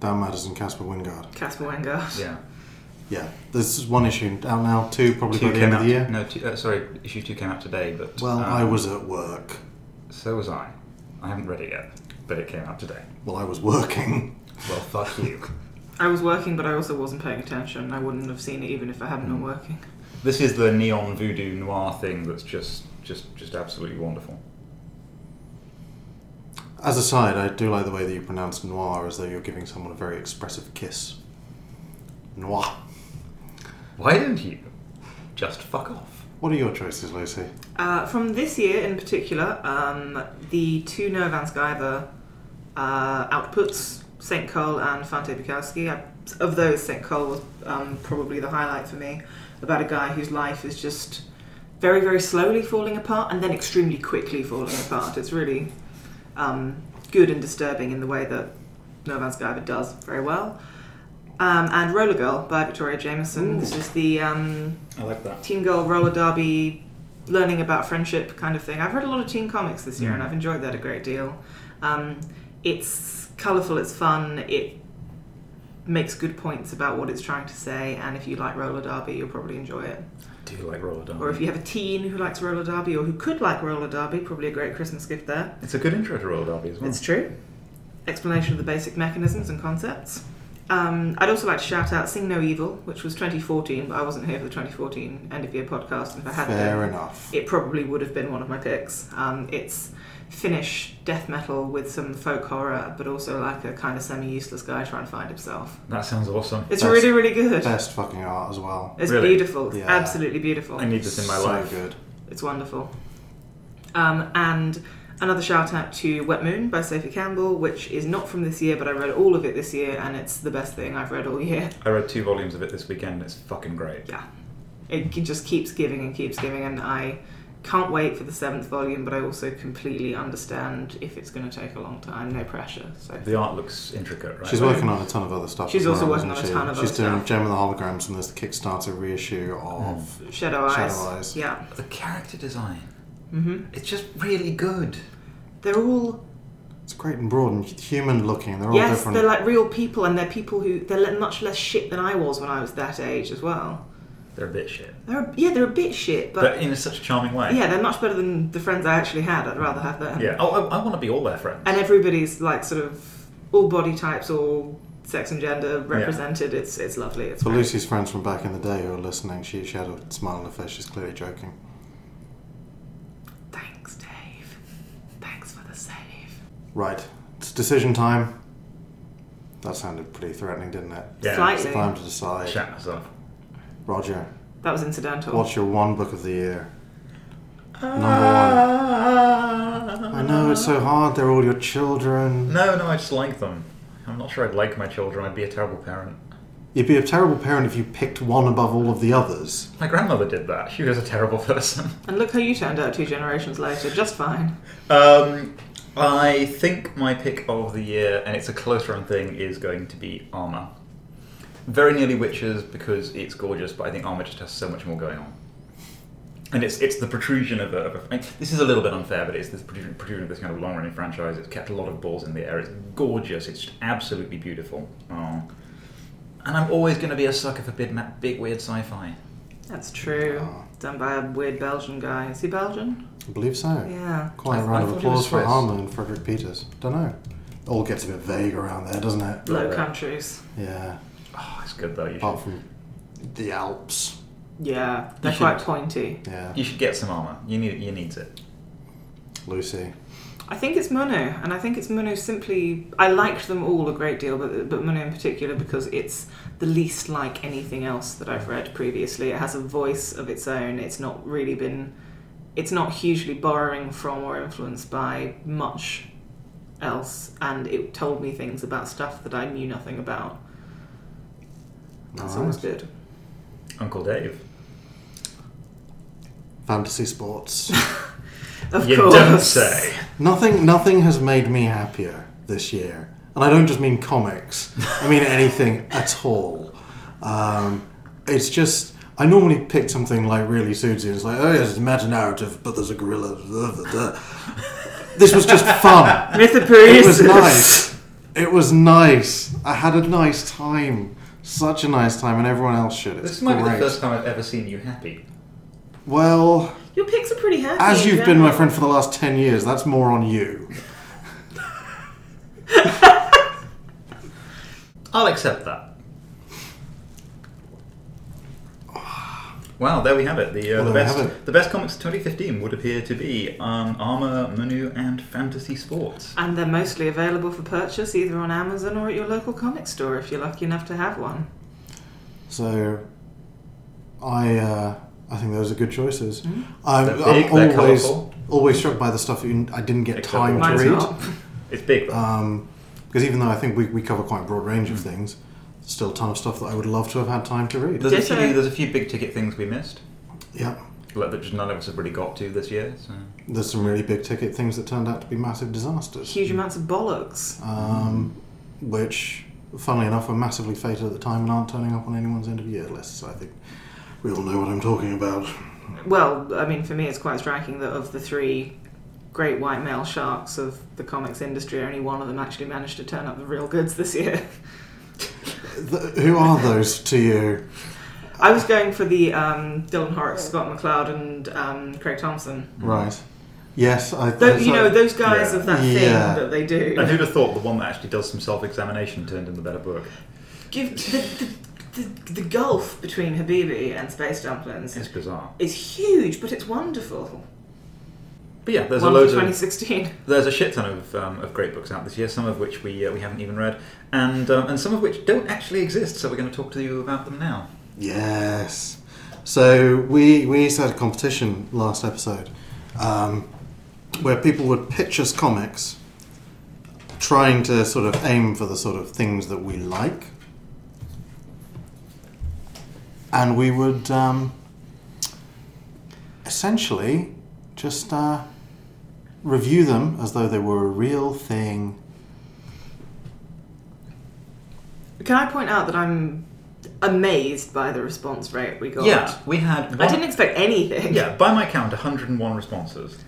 Speaker 1: Dan Madison Casper Wingard
Speaker 2: Casper Wenger.
Speaker 3: Yeah.
Speaker 1: yeah there's one issue out now two probably
Speaker 3: Two
Speaker 1: by the
Speaker 3: came
Speaker 1: end of
Speaker 3: out.
Speaker 1: the year
Speaker 3: No, two, uh, sorry, issue two came out today, but
Speaker 1: well
Speaker 3: um,
Speaker 1: I was at work
Speaker 3: So was I. I haven't read it yet, but it came out today.
Speaker 1: well I was working
Speaker 3: Well, fuck you.
Speaker 2: I was working, but I also wasn't paying attention. I wouldn't have seen it even if I hadn't been working.
Speaker 3: <laughs> This is the neon voodoo noir thing that's just, just, just absolutely wonderful.
Speaker 1: As a side, I do like the way that you pronounce noir as though you're giving someone a very expressive kiss. Noir.
Speaker 3: Why don't you just fuck off?
Speaker 1: What are your choices, Lucy?
Speaker 2: Uh, from this year in particular, um, the two Noah Van Sciver uh, outputs, St. Cole and Fante Bukowski, I- of those, St. Cole was um, probably the highlight for me, about a guy whose life is just very, very slowly falling apart and then extremely quickly falling apart. It's really um, good and disturbing in the way that Noah Van Sciver does very well. Um, and Roller Girl by Victoria Jameson. This is the um,
Speaker 3: I like that.
Speaker 2: Teen Girl Roller Derby learning about friendship kind of thing. I've read a lot of teen comics this year,
Speaker 3: Mm.
Speaker 2: and I've enjoyed that a great deal. Um, it's colourful, it's fun, it makes good points about what it's trying to say, and if you like roller derby, you'll probably enjoy it.
Speaker 3: Do you like roller derby?
Speaker 2: Or if you have a teen who likes roller derby or who could like roller derby, probably a great Christmas gift there.
Speaker 3: It's a good intro to roller derby as well.
Speaker 2: It's true. Explanation of the basic mechanisms and concepts. Um, I'd also like to shout out Sing No Evil, which was 2014, but I wasn't here for the 2014 end of year podcast, and if I had been,
Speaker 1: Fair enough.
Speaker 2: it probably would have been one of my picks. Um, it's Finnish death metal with some folk horror, but also like a kind of semi useless guy trying to find himself.
Speaker 3: That sounds awesome.
Speaker 2: It's
Speaker 1: That's
Speaker 2: really, really good.
Speaker 1: Best fucking art as well.
Speaker 2: It's
Speaker 3: Really?
Speaker 2: beautiful. It's
Speaker 1: Yeah.
Speaker 2: absolutely beautiful.
Speaker 3: I need this in my
Speaker 1: so
Speaker 3: life.
Speaker 1: good.
Speaker 2: It's wonderful. Um, and another shout out to Wet Moon by Sophie Campbell, which is not from this year, but I read all of it this year, and it's the best thing I've read all year.
Speaker 3: I read two volumes of it this weekend. It's fucking great.
Speaker 2: Yeah, it c- just keeps giving and keeps giving, and I can't wait for the seventh volume. But I also completely understand if it's going to take a long time. No pressure. So
Speaker 3: The art looks intricate, right?
Speaker 1: She's working on a ton of other stuff.
Speaker 2: She's
Speaker 1: as
Speaker 2: also
Speaker 1: well,
Speaker 2: working
Speaker 1: isn't
Speaker 2: on a
Speaker 1: she?
Speaker 2: ton of
Speaker 1: She's
Speaker 2: other
Speaker 1: doing
Speaker 2: stuff.
Speaker 1: Gem and the Holograms, and there's the Kickstarter reissue
Speaker 3: Hmm.
Speaker 1: of.
Speaker 2: Shadow Eyes.
Speaker 1: Shadow Eyes.
Speaker 2: Yeah.
Speaker 3: The character design.
Speaker 2: hmm
Speaker 3: It's just really good.
Speaker 2: They're all
Speaker 1: It's great and broad and human looking. They're all
Speaker 2: yes,
Speaker 1: different.
Speaker 2: they're like real people, and they're people who they're le- much less shit than I was when I was that age as well.
Speaker 3: They're a bit shit.
Speaker 2: They're yeah, they're a bit shit,
Speaker 3: But,
Speaker 2: but,
Speaker 3: in such a charming way.
Speaker 2: yeah, they're much better than the friends I actually had. I'd rather have them.
Speaker 3: Yeah. Oh, I, I want to be all their friends.
Speaker 2: and everybody's like sort of all body types, all sex and gender represented. It's it's lovely. It's
Speaker 1: For
Speaker 2: great.
Speaker 1: Lucy's friends from back in the day who are listening, she, she had a smile on her face. She's clearly joking.
Speaker 2: Thanks, Dave. Thanks for the save.
Speaker 1: Right, it's decision time. That sounded pretty threatening, didn't it?
Speaker 3: yeah.
Speaker 2: Slightly.
Speaker 1: It's time to decide.
Speaker 3: Shat myself.
Speaker 1: Roger,
Speaker 2: That was incidental.
Speaker 1: what's your one book of the year?
Speaker 3: Number
Speaker 2: Ah.
Speaker 3: Oh,
Speaker 1: I know it's so hard. They're all your children.
Speaker 3: No, no, I just like them. I'm not sure I'd like my children. I'd be a terrible parent.
Speaker 1: You'd be a terrible parent if you picked one above all of the others.
Speaker 3: My grandmother did that. She was a terrible <laughs> person.
Speaker 2: And look how you turned out two generations later, just fine.
Speaker 3: Um, I think my pick of the year, and it's a close run thing, is going to be Armour. Very nearly Witches because it's gorgeous, but I think Armour just has so much more going on. And it's it's the protrusion of a. Of a I- this is a little bit unfair, but it's this protrusion, protrusion of this kind of long running franchise. It's kept a lot of balls in the air. It's gorgeous. It's just absolutely beautiful. Oh. And I'm always going to be a sucker for big, ma- big weird sci fi.
Speaker 2: That's true.
Speaker 1: Oh.
Speaker 2: Done by a weird Belgian guy. Is he Belgian?
Speaker 1: I believe so.
Speaker 2: Yeah.
Speaker 1: Quite
Speaker 3: I-
Speaker 1: a
Speaker 3: I
Speaker 1: round of
Speaker 3: thought it
Speaker 1: applause
Speaker 3: was
Speaker 1: for
Speaker 3: Swiss.
Speaker 1: Harmer and Frederick Peters. Don't know. All gets a bit vague around there, doesn't it?
Speaker 2: Low
Speaker 3: Right.
Speaker 2: countries.
Speaker 1: Yeah.
Speaker 3: Oh, it's good though. You should,
Speaker 1: Apart from the Alps.
Speaker 2: Yeah. They're
Speaker 3: should-
Speaker 2: quite pointy.
Speaker 1: Yeah.
Speaker 3: you should get some Armour. You need, you needs it.
Speaker 1: Lucy.
Speaker 2: I think it's Mono, and I think it's Mono simply. I liked them all a great deal, but but Mono in particular because it's the least like anything else that I've read previously. It has a voice of its own. It's not really been. It's not hugely borrowing from or influenced by much else, and it told me things about stuff that I knew nothing about. That's
Speaker 1: Alright.
Speaker 2: always good.
Speaker 3: Uncle Dave.
Speaker 1: Fantasy sports.
Speaker 2: Of
Speaker 3: you
Speaker 2: course. <laughs>
Speaker 3: don't say.
Speaker 1: Nothing, nothing has made me happier this year, and I don't just mean comics. I
Speaker 3: <laughs>
Speaker 1: mean anything at all. Um, it's just I normally pick something like really suits you. It's like, oh yes, it's a meta narrative, but there's a gorilla. <laughs> blah, blah, blah. This was just fun. It
Speaker 3: <laughs>
Speaker 1: was nice. It was nice. I had a nice time. Such a nice time, and everyone else should. It's
Speaker 3: This might be
Speaker 1: great.
Speaker 3: the first time I've ever seen you happy.
Speaker 1: Well,
Speaker 2: Your picks are pretty happy.
Speaker 1: as
Speaker 2: in
Speaker 1: you've been my
Speaker 2: general.
Speaker 1: friend for the last ten years, that's more on you.
Speaker 3: I'll accept that. Wow, there we have it. The, uh,
Speaker 1: Well,
Speaker 3: the
Speaker 1: there we
Speaker 3: best,
Speaker 1: have it.
Speaker 3: the best comics of 2015 would appear to be um, Armor, Manu, and Fantasy Sports.
Speaker 2: And they're mostly available for purchase either on Amazon or at your local comic store if you're lucky enough to have one.
Speaker 1: So, I uh, I think those are good choices.
Speaker 2: Mm-hmm.
Speaker 3: They're
Speaker 1: I'm,
Speaker 3: big,
Speaker 1: I'm
Speaker 3: they're
Speaker 1: always
Speaker 3: colourful.
Speaker 1: always struck by the stuff that you- I didn't get
Speaker 3: Except
Speaker 1: time
Speaker 3: the
Speaker 1: to
Speaker 2: Mine's
Speaker 1: read.
Speaker 2: not.
Speaker 3: It's big. though.
Speaker 1: Um, because even though I think we, we cover quite a broad range
Speaker 2: Mm.
Speaker 1: of things, still a ton of stuff that I would love to have had time to read.
Speaker 3: there's, a
Speaker 2: Ditto.
Speaker 3: few, there's a few big ticket things we missed
Speaker 1: Yeah,
Speaker 3: like, that just none of us have really got to this year. So.
Speaker 1: there's some really big ticket things that turned out to be massive disasters,
Speaker 2: Huge amounts of bollocks.
Speaker 1: um, which, funnily enough, were massively fated at the time and aren't turning up on anyone's end of year lists. I think we all know what I'm talking about.
Speaker 2: well, I mean, for me, it's quite striking that of the three great white male sharks of the comics industry, only one of them actually managed to turn up the real goods this year. <laughs>
Speaker 1: Th who are those to you?
Speaker 2: I was going for the um, Dylan Horrocks, Scott McLeod, and um, Craig Thompson.
Speaker 1: Right. Yes, I.
Speaker 2: Though, you know, those guys
Speaker 3: Yeah.
Speaker 2: of that thing
Speaker 1: Yeah.
Speaker 2: that they do.
Speaker 3: And who'd have thought the one that actually does some self-examination turned in the better book?
Speaker 2: Give the, the, the, the gulf between Habibi and Space Dumplings
Speaker 3: It's bizarre.
Speaker 2: is huge, but it's wonderful.
Speaker 3: But yeah, there's a
Speaker 2: One
Speaker 3: loads
Speaker 2: for
Speaker 3: of
Speaker 2: 2016.
Speaker 3: there's a shit ton of, um, of great books out this year. Some of which we uh, we haven't even read, and um, and some of which don't actually exist. So we're going to talk to you about them now.
Speaker 1: Yes. So we we used to have a competition last episode, um, where people would pitch us comics, trying to sort of aim for the sort of things that we like, and we would um, essentially just uh, review them as though they were a real thing.
Speaker 2: Can I point out that I'm amazed by the response rate we got?
Speaker 3: Yeah, we had. One,
Speaker 2: I didn't expect anything.
Speaker 3: Yeah, by my count, 101 responses.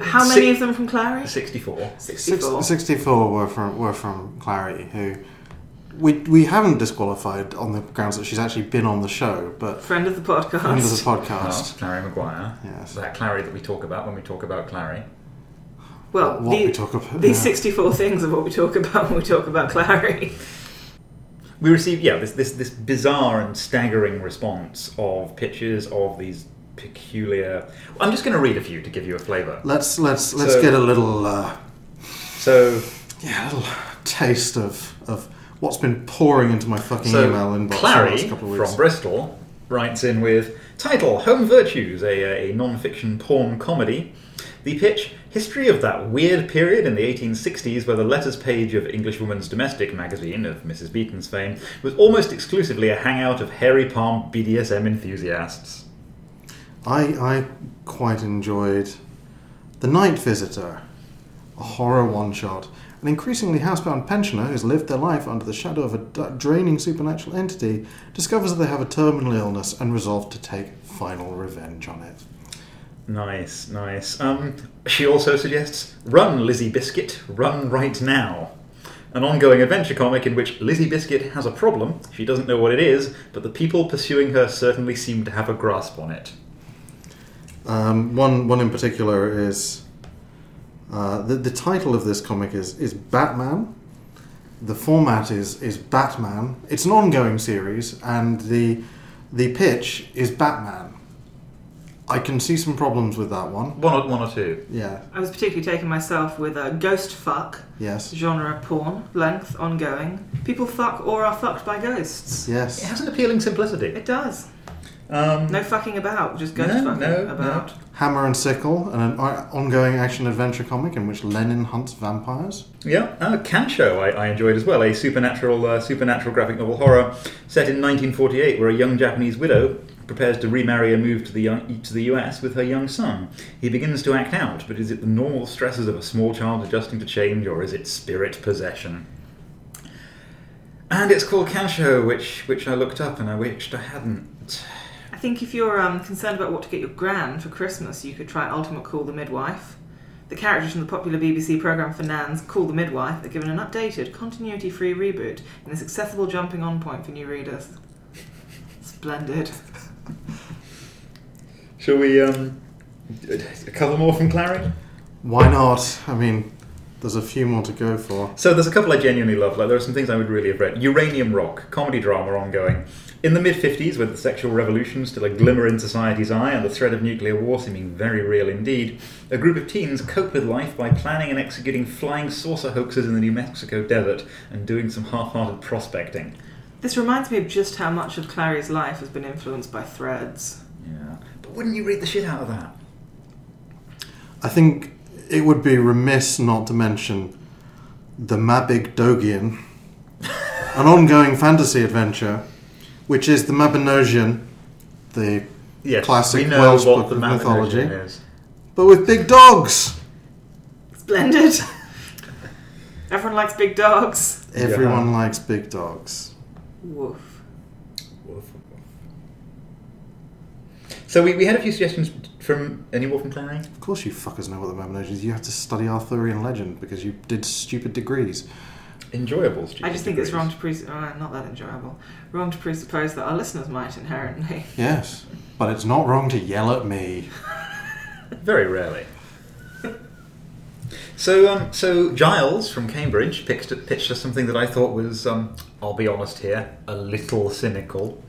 Speaker 2: How many of them from Clary?
Speaker 3: 64.
Speaker 2: 64.
Speaker 1: Six- 64 were from were from Clary, who we we haven't disqualified on the grounds that she's actually been on the show, but
Speaker 2: Friend of the
Speaker 1: under the
Speaker 2: podcast.
Speaker 3: Oh,
Speaker 1: podcast.
Speaker 3: Clary Maguire.
Speaker 1: Yes.
Speaker 3: That Clary that we talk about when we talk about Clary.
Speaker 2: Well,
Speaker 1: What we
Speaker 2: the-
Speaker 1: talk about?
Speaker 2: these
Speaker 1: yeah.
Speaker 2: 64 things are what we talk <laughs> about when we talk about Clary.
Speaker 3: We received, yeah, this, this, this bizarre and staggering response of pictures of these peculiar. I'm just going to read a few to give you a flavour.
Speaker 1: Let's let's let's
Speaker 3: So-
Speaker 1: get a little uh,
Speaker 3: So,
Speaker 1: yeah, a little taste of of what's been pouring into my fucking
Speaker 3: so
Speaker 1: email inbox
Speaker 3: Clary
Speaker 1: the last couple of
Speaker 3: from
Speaker 1: weeks.
Speaker 3: Bristol writes in with title Home Virtues, a, a non fiction porn comedy. The pitch History of that weird period in the 1860s where the letters page of Englishwoman's Domestic magazine, of Mrs. Beaton's fame, was almost exclusively a hangout of hairy palm BDSM enthusiasts.
Speaker 1: I I quite enjoyed the Night Visitor, a horror one shot. An increasingly housebound pensioner who's lived their life under the shadow of a d- draining supernatural entity discovers that they have a terminal illness and resolves to take final revenge on it.
Speaker 3: Nice, nice. Um, she also suggests Run, Lizzie Biscuit, Run Right Now. An ongoing adventure comic in which Lizzie Biscuit has a problem, she doesn't know what it is, but the people pursuing her certainly seem to have a grasp on it.
Speaker 1: Um, one one in particular is uh, the the title of this comic is is Batman. The format is is Batman. It's an ongoing series, and the the pitch is Batman. I can see some problems with that one.
Speaker 3: One or, one or two.
Speaker 1: Yeah.
Speaker 2: I was particularly taken myself with a ghost fuck,
Speaker 1: Yes.
Speaker 2: genre porn, length, ongoing. People fuck or are fucked by ghosts.
Speaker 3: It
Speaker 1: Yes.
Speaker 3: has an appealing simplicity.
Speaker 2: It does.
Speaker 3: Um,
Speaker 2: No fucking about, just ghost
Speaker 3: No,
Speaker 2: fucking
Speaker 3: no, no.
Speaker 2: about.
Speaker 1: Hammer and Sickle, and an o- ongoing action adventure comic in which Lenin hunts vampires.
Speaker 3: Yeah, uh, Kancho I, I enjoyed as well, a supernatural uh, supernatural graphic novel horror set in 1948, where a young Japanese widow prepares to remarry and move to the young, to the US with her young son. He begins to act out, but is it the normal stresses of a small child adjusting to change, or is it spirit possession? And it's called Kancho, which which I looked up and I wished I hadn't.
Speaker 2: I think if you're um, concerned about what to get your gran for Christmas, you could try Ultimate Call the Midwife. The characters from the popular BBC programme for Nans, Call the Midwife, are given an updated, continuity free reboot and this accessible jumping on point for new readers. Splendid.
Speaker 3: Shall we um, a couple more from Clary?
Speaker 1: Why not? I mean, there's a few more to go for.
Speaker 3: So there's a couple I genuinely love. Like there are some things I would really have read. Uranium Rock, comedy drama ongoing. In the mid 50s, with the sexual revolution still a glimmer in society's eye and the threat of nuclear war seeming very real indeed, a group of teens cope with life by planning and executing flying saucer hoaxes in the New Mexico desert and doing some half hearted prospecting.
Speaker 2: This reminds me of just how much of Clary's life has been influenced by threads.
Speaker 3: Yeah. But wouldn't you read the shit out of that?
Speaker 1: I think it would be remiss not to mention the Mabig Dogian, an ongoing fantasy adventure, which is the Mabinogian, the
Speaker 3: Yes.
Speaker 1: Classic
Speaker 3: we know
Speaker 1: Welsh
Speaker 3: what
Speaker 1: book
Speaker 3: the
Speaker 1: of
Speaker 3: Mabinogion
Speaker 1: mythology.
Speaker 3: is.
Speaker 1: but with big dogs.
Speaker 2: Splendid! <laughs> Everyone likes big dogs.
Speaker 1: Everyone likes big dogs.
Speaker 2: Woof.
Speaker 3: So we, we had a few suggestions from any more from Clary.
Speaker 1: Of course, you fuckers know what the Myrmidonians. You have to study Arthurian legend because you did stupid degrees.
Speaker 3: Enjoyable. stupid
Speaker 2: I just think it's
Speaker 3: degrees.
Speaker 2: wrong to presuppose, uh, not that enjoyable, wrong to presuppose that our listeners might inherently.
Speaker 1: Yes, but it's not wrong to yell at me.
Speaker 3: Very rarely. <laughs> So, um, so Giles from Cambridge pitched, pitched us something that I thought was, um, I'll be honest here, a little cynical.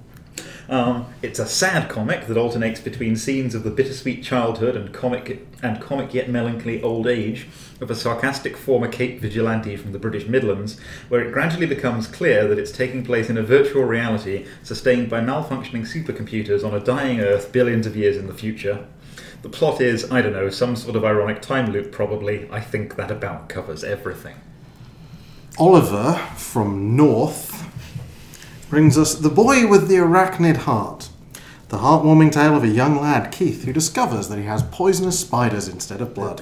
Speaker 3: Um, it's a sad comic that alternates between scenes of the bittersweet childhood and comic and comic yet melancholy old age of a sarcastic former Cape vigilante from the British Midlands, where it gradually becomes clear that it's taking place in a virtual reality sustained by malfunctioning supercomputers on a dying Earth billions of years in the future. The plot is, I don't know, some sort of ironic time loop, probably. I think that about covers everything.
Speaker 1: Oliver from North brings us The Boy with the Arachnid Heart. The heartwarming tale of a young lad, Keith, who discovers that he has poisonous spiders instead of blood.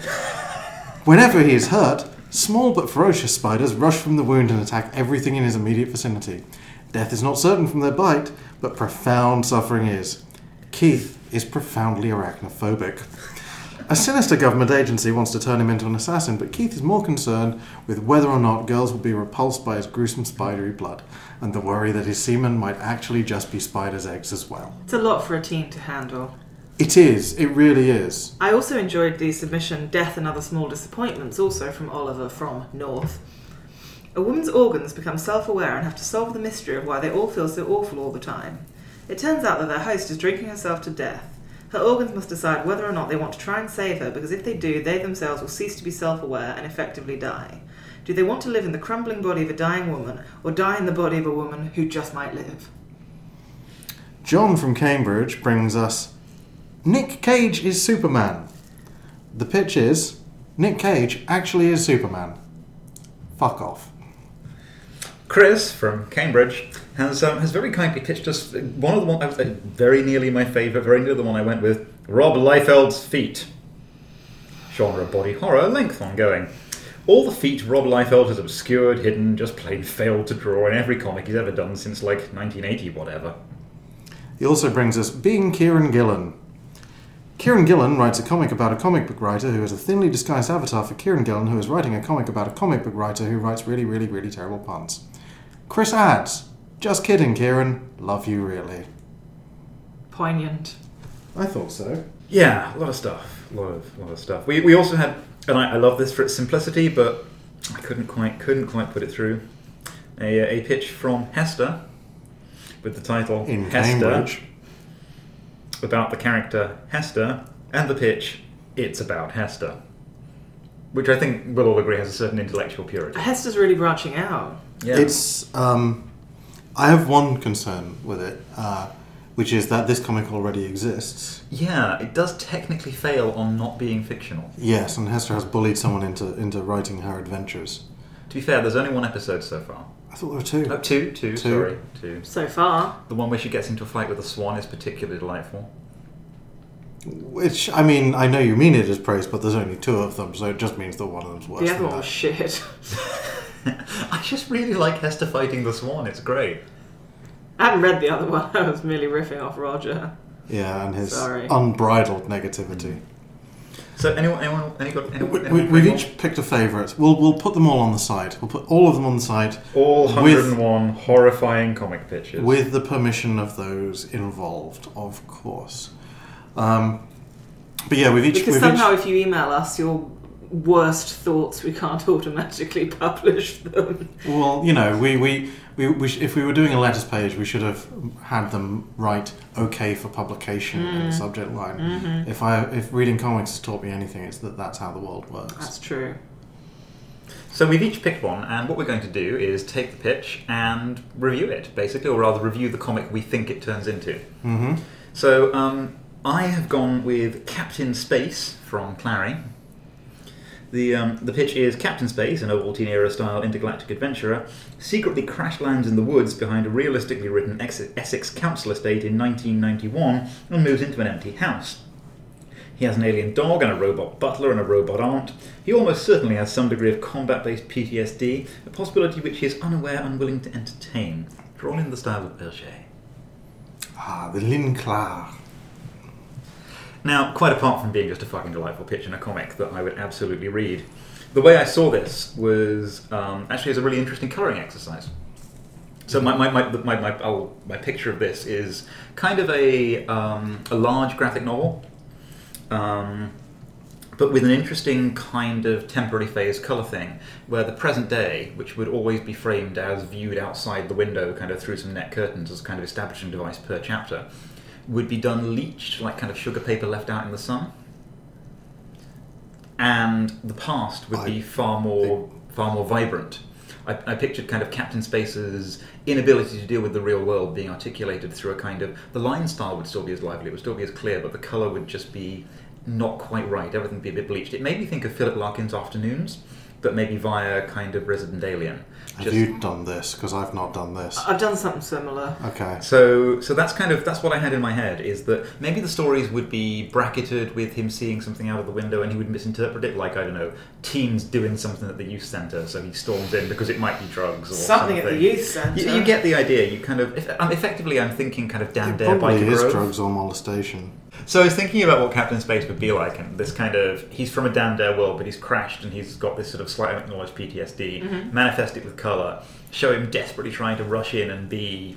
Speaker 1: Whenever he is hurt, small but ferocious spiders rush from the wound and attack everything in his immediate vicinity. Death is not certain from their bite, but profound suffering is. Keith is profoundly arachnophobic. A sinister government agency wants to turn him into an assassin, but Keith is more concerned with whether or not girls will be repulsed by his gruesome spidery blood, and the worry that his semen might actually just be spiders' eggs as well.
Speaker 2: It's a lot for a team to handle.
Speaker 1: It is, it really is.
Speaker 2: I also enjoyed the submission Death and Other Small Disappointments, also from Oliver from North. A woman's organs become self aware and have to solve the mystery of why they all feel so awful all the time. It turns out that their host is drinking herself to death. Her organs must decide whether or not they want to try and save her, because if they do, they themselves will cease to be self aware and effectively die. Do they want to live in the crumbling body of a dying woman, or die in the body of a woman who just might live?
Speaker 1: John from Cambridge brings us Nick Cage is Superman. The pitch is Nick Cage actually is Superman. Fuck off.
Speaker 3: Chris from Cambridge has um, has very kindly pitched us one of the one I was uh, very nearly my favourite, very nearly the one I went with. Rob Liefeld's feet. Genre body horror, length ongoing. All the feet Rob Liefeld has obscured, hidden, just plain failed to draw in every comic he's ever done since like 1980, whatever.
Speaker 1: He also brings us Being Kieran Gillen. Kieran Gillen writes a comic about a comic book writer who is a thinly disguised avatar for Kieran Gillen, who is writing a comic about a comic book writer who writes really, really, really terrible puns. Chris adds, Just kidding, Kieran. Love you, really.
Speaker 2: Poignant.
Speaker 1: I thought so.
Speaker 3: Yeah, a lot of stuff. A lot of lot of stuff. We, we also had, and I, I love this for its simplicity, but I couldn't quite couldn't quite put it through. A, uh, a pitch from Hester with the title
Speaker 1: In
Speaker 3: Hester
Speaker 1: Cambridge.
Speaker 3: about the character Hester, and the pitch it's about Hester, which I think we'll all agree has a certain intellectual purity.
Speaker 2: Hester's really branching out.
Speaker 3: Yeah.
Speaker 1: It's. Um, I have one concern with it, uh, which is that this comic already exists.
Speaker 3: yeah, it does technically fail on not being fictional.
Speaker 1: Yes, and Hester has bullied someone into, into writing her adventures.
Speaker 3: To be fair, there's only one episode so far.
Speaker 1: I thought there were two.
Speaker 3: Oh, two,
Speaker 1: Two.
Speaker 3: two, sorry, two.
Speaker 2: So far,
Speaker 3: The one where she gets into a fight with a swan is particularly delightful.
Speaker 1: Which I mean, I know you mean it as praise, but there's only two of them, so it just means that one of them's worse.
Speaker 2: the other
Speaker 1: than
Speaker 2: one was
Speaker 1: that.
Speaker 2: shit.
Speaker 3: I just really like Hester fighting the swan. It's great.
Speaker 2: I hadn't read the other one. <laughs> I was merely riffing off Roger.
Speaker 1: Yeah, and his
Speaker 2: Sorry.
Speaker 1: unbridled negativity.
Speaker 3: So anyone, anyone, any got anyone,
Speaker 1: We,
Speaker 3: anyone
Speaker 1: we, we've
Speaker 3: got
Speaker 1: each picked a favourite. We'll we'll put them all on the side. We'll put all of them on the side
Speaker 3: all
Speaker 1: with-
Speaker 3: 101 horrifying comic pictures.
Speaker 1: with the permission of those involved, of course. Um, but yeah, we've each
Speaker 2: Because
Speaker 1: we've
Speaker 2: somehow,
Speaker 1: each,
Speaker 2: if you email us your worst thoughts, we can't <laughs> automatically publish them.
Speaker 1: well, you know, we we. We, we sh- if we were doing a letters page, we should have had them write "okay" for publication in the
Speaker 2: Mm.
Speaker 1: subject line.
Speaker 2: Mm-hmm.
Speaker 1: If I if reading comics has taught me anything, it's that that's how the world works.
Speaker 2: That's true.
Speaker 3: So we've each picked one, and what we're going to do is take the pitch and review it, basically, or rather review the comic we think it turns into.
Speaker 1: Mm-hmm.
Speaker 3: So um, I have gone with Captain Space from Clary. The, um, the pitch is Captain Space, an old teen era style intergalactic adventurer, secretly crash lands in the woods behind a realistically written Ex- Essex council estate in 1991 and moves into an empty house. He has an alien dog and a robot butler and a robot aunt. He almost certainly has some degree of combat based PTSD, a possibility which he is unaware, unwilling to entertain. Drawn in the style of Berger.
Speaker 1: Ah, the Lin Clar.
Speaker 3: Now, quite apart from being just a fucking delightful pitch in a comic that I would absolutely read, the way I saw this was um, actually as a really interesting colouring exercise. So my my, my, my, my, I'll- my picture of this is kind of a, um, a large graphic novel, um, but with an interesting kind of temporary phase colour thing, where the present day, which would always be framed as viewed outside the window, kind of through some net curtains as a kind of establishing device per chapter, would be done leached, like kind of sugar paper left out in the sun. And the past would
Speaker 1: I-
Speaker 3: be far more far more vibrant. I, I pictured kind of Captain Space's inability to deal with the real world being articulated through a kind of the line style would still be as lively, it would still be as clear, but the colour would just be not quite right. Everything would be a bit bleached. It made me think of Philip Larkin's Afternoons, but maybe via kind of Resident Alien.
Speaker 1: Have
Speaker 3: Just-
Speaker 1: you done this? Because I've not done this.
Speaker 2: I've done something similar.
Speaker 1: Okay.
Speaker 3: So, so that's kind of that's what I had in my head is that maybe the stories would be bracketed with him seeing something out of the window and he would misinterpret it, like I don't know, teens doing something at the youth centre, so he storms in because it might be drugs or
Speaker 2: Something
Speaker 3: something,
Speaker 2: at the youth centre.
Speaker 3: You, you get the idea. You kind of, if, um, effectively, I'm thinking kind of damn
Speaker 1: It
Speaker 3: dare by
Speaker 1: probably is
Speaker 3: Grove.
Speaker 1: drugs or molestation.
Speaker 3: So I was thinking about what Captain Space would be like, and this kind of he's from a damn dare world, but he's crashed and he's got this sort of slightly acknowledged PTSD.
Speaker 2: Mm-hmm.
Speaker 3: Manifest it with color. Show him desperately trying to rush in and be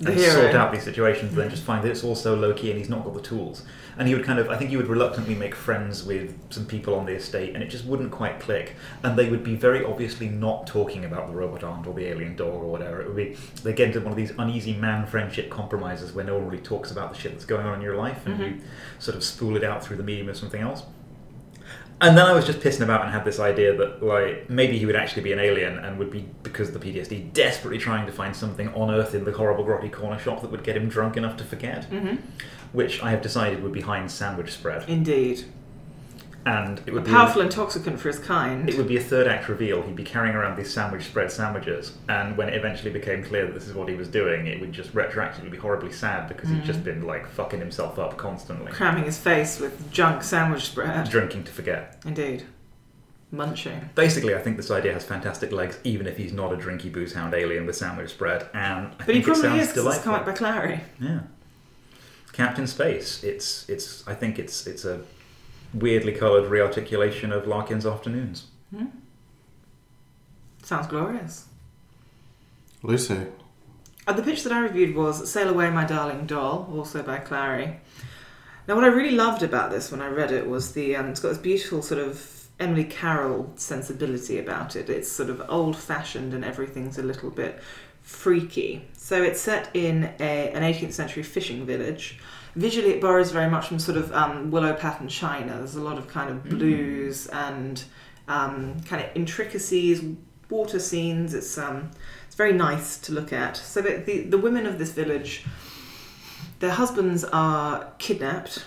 Speaker 2: The
Speaker 3: and sort
Speaker 2: hero.
Speaker 3: out these situations, but then just find that it's all so low key and he's not got the tools. And he would kind of, I think he would reluctantly make friends with some people on the estate, and it just wouldn't quite click. And they would be very obviously not talking about the robot aunt or the alien dog or whatever. It would be they get into one of these uneasy man friendship compromises where no one really talks about the shit that's going on in your life, and you sort of spool it out through the medium of something else. And then I was just pissing about and had this idea that like maybe he would actually be an alien and would be because of the PTSD desperately trying to find something on Earth in the horrible grotty corner shop that would get him drunk enough to forget,
Speaker 2: hmm
Speaker 3: which I have decided would be Heinz sandwich spread,
Speaker 2: Indeed.
Speaker 3: and it
Speaker 2: A
Speaker 3: would
Speaker 2: powerful
Speaker 3: be.
Speaker 2: intoxicant for his kind.
Speaker 3: It would be a third act reveal. He'd be carrying around these sandwich spread sandwiches, and when it eventually became clear that this is what he was doing, it would just retroactively be horribly sad because he'd just been like fucking himself up constantly,
Speaker 2: Cramming his face with junk sandwich spread.
Speaker 3: drinking to forget.
Speaker 2: Indeed. Munching.
Speaker 3: Basically, I think this idea has fantastic legs, even if he's not a drinky booze hound alien with sandwich spread. And I
Speaker 2: But he
Speaker 3: think it
Speaker 2: probably
Speaker 3: sounds
Speaker 2: is because it's
Speaker 3: delightful.
Speaker 2: comic by Clary.
Speaker 3: Yeah, Captain Space. It's it's. I think it's it's a weirdly coloured rearticulation of Larkin's Afternoons.
Speaker 2: Sounds glorious.
Speaker 1: Lucy,
Speaker 2: Uh, the pitch that I reviewed was Sail Away, My Darling Doll, also by Clary. Now, what I really loved about this when I read it was the. Um, it's got this beautiful sort of Emily Carroll sensibility about it. It's sort of old fashioned and everything's a little bit freaky. So it's set in a, an 18th century fishing village. Visually, it borrows very much from sort of um, willow pattern china. There's a lot of kind of blues and um, kind of intricacies, water scenes. It's um, it's very nice to look at. So the, the, the women of this village, their husbands are kidnapped.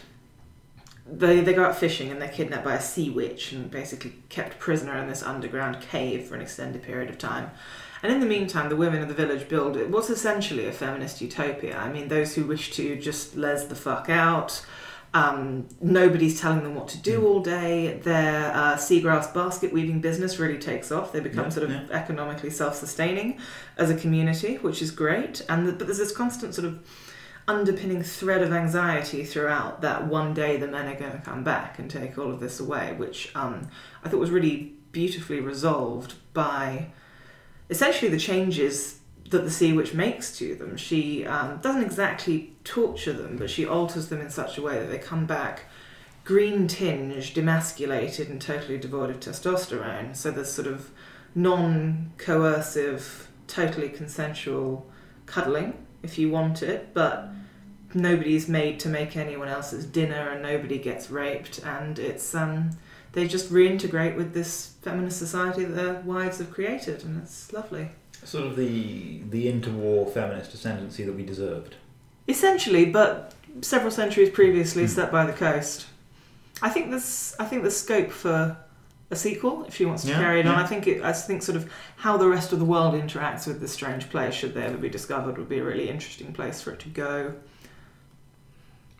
Speaker 2: They, they go out fishing and they're kidnapped by a sea witch and basically kept prisoner in this underground cave for an extended period of time. And in the meantime, the women of the village build what's essentially a feminist utopia. I mean, those who wish to just les the fuck out. Um, nobody's telling them what to do all day. Their uh, seagrass basket weaving business really takes off. They become
Speaker 3: Yeah,
Speaker 2: sort of
Speaker 3: yeah.
Speaker 2: economically self-sustaining as a community, which is great. And th- but there's this constant sort of underpinning thread of anxiety throughout that one day the men are going to come back and take all of this away, which um, I thought was really beautifully resolved by essentially the changes that the sea witch makes to them. She um, doesn't exactly torture them, but she alters them in such a way that they come back green tinged, emasculated, and totally devoid of testosterone. So there's sort of non coercive, totally consensual cuddling if you want it, but nobody's made to make anyone else's dinner and nobody gets raped and it's um they just reintegrate with this feminist society that their wives have created and it's lovely.
Speaker 3: Sort of the the interwar feminist ascendancy that we deserved.
Speaker 2: Essentially, but several centuries previously
Speaker 3: Hmm.
Speaker 2: set by the coast. I think there's I think there's scope for a sequel if she wants to
Speaker 3: Yeah,
Speaker 2: carry it on.
Speaker 3: yeah.
Speaker 2: I think it, I think sort of how the rest of the world interacts with this strange place, should they ever be discovered, would be a really interesting place for it to go.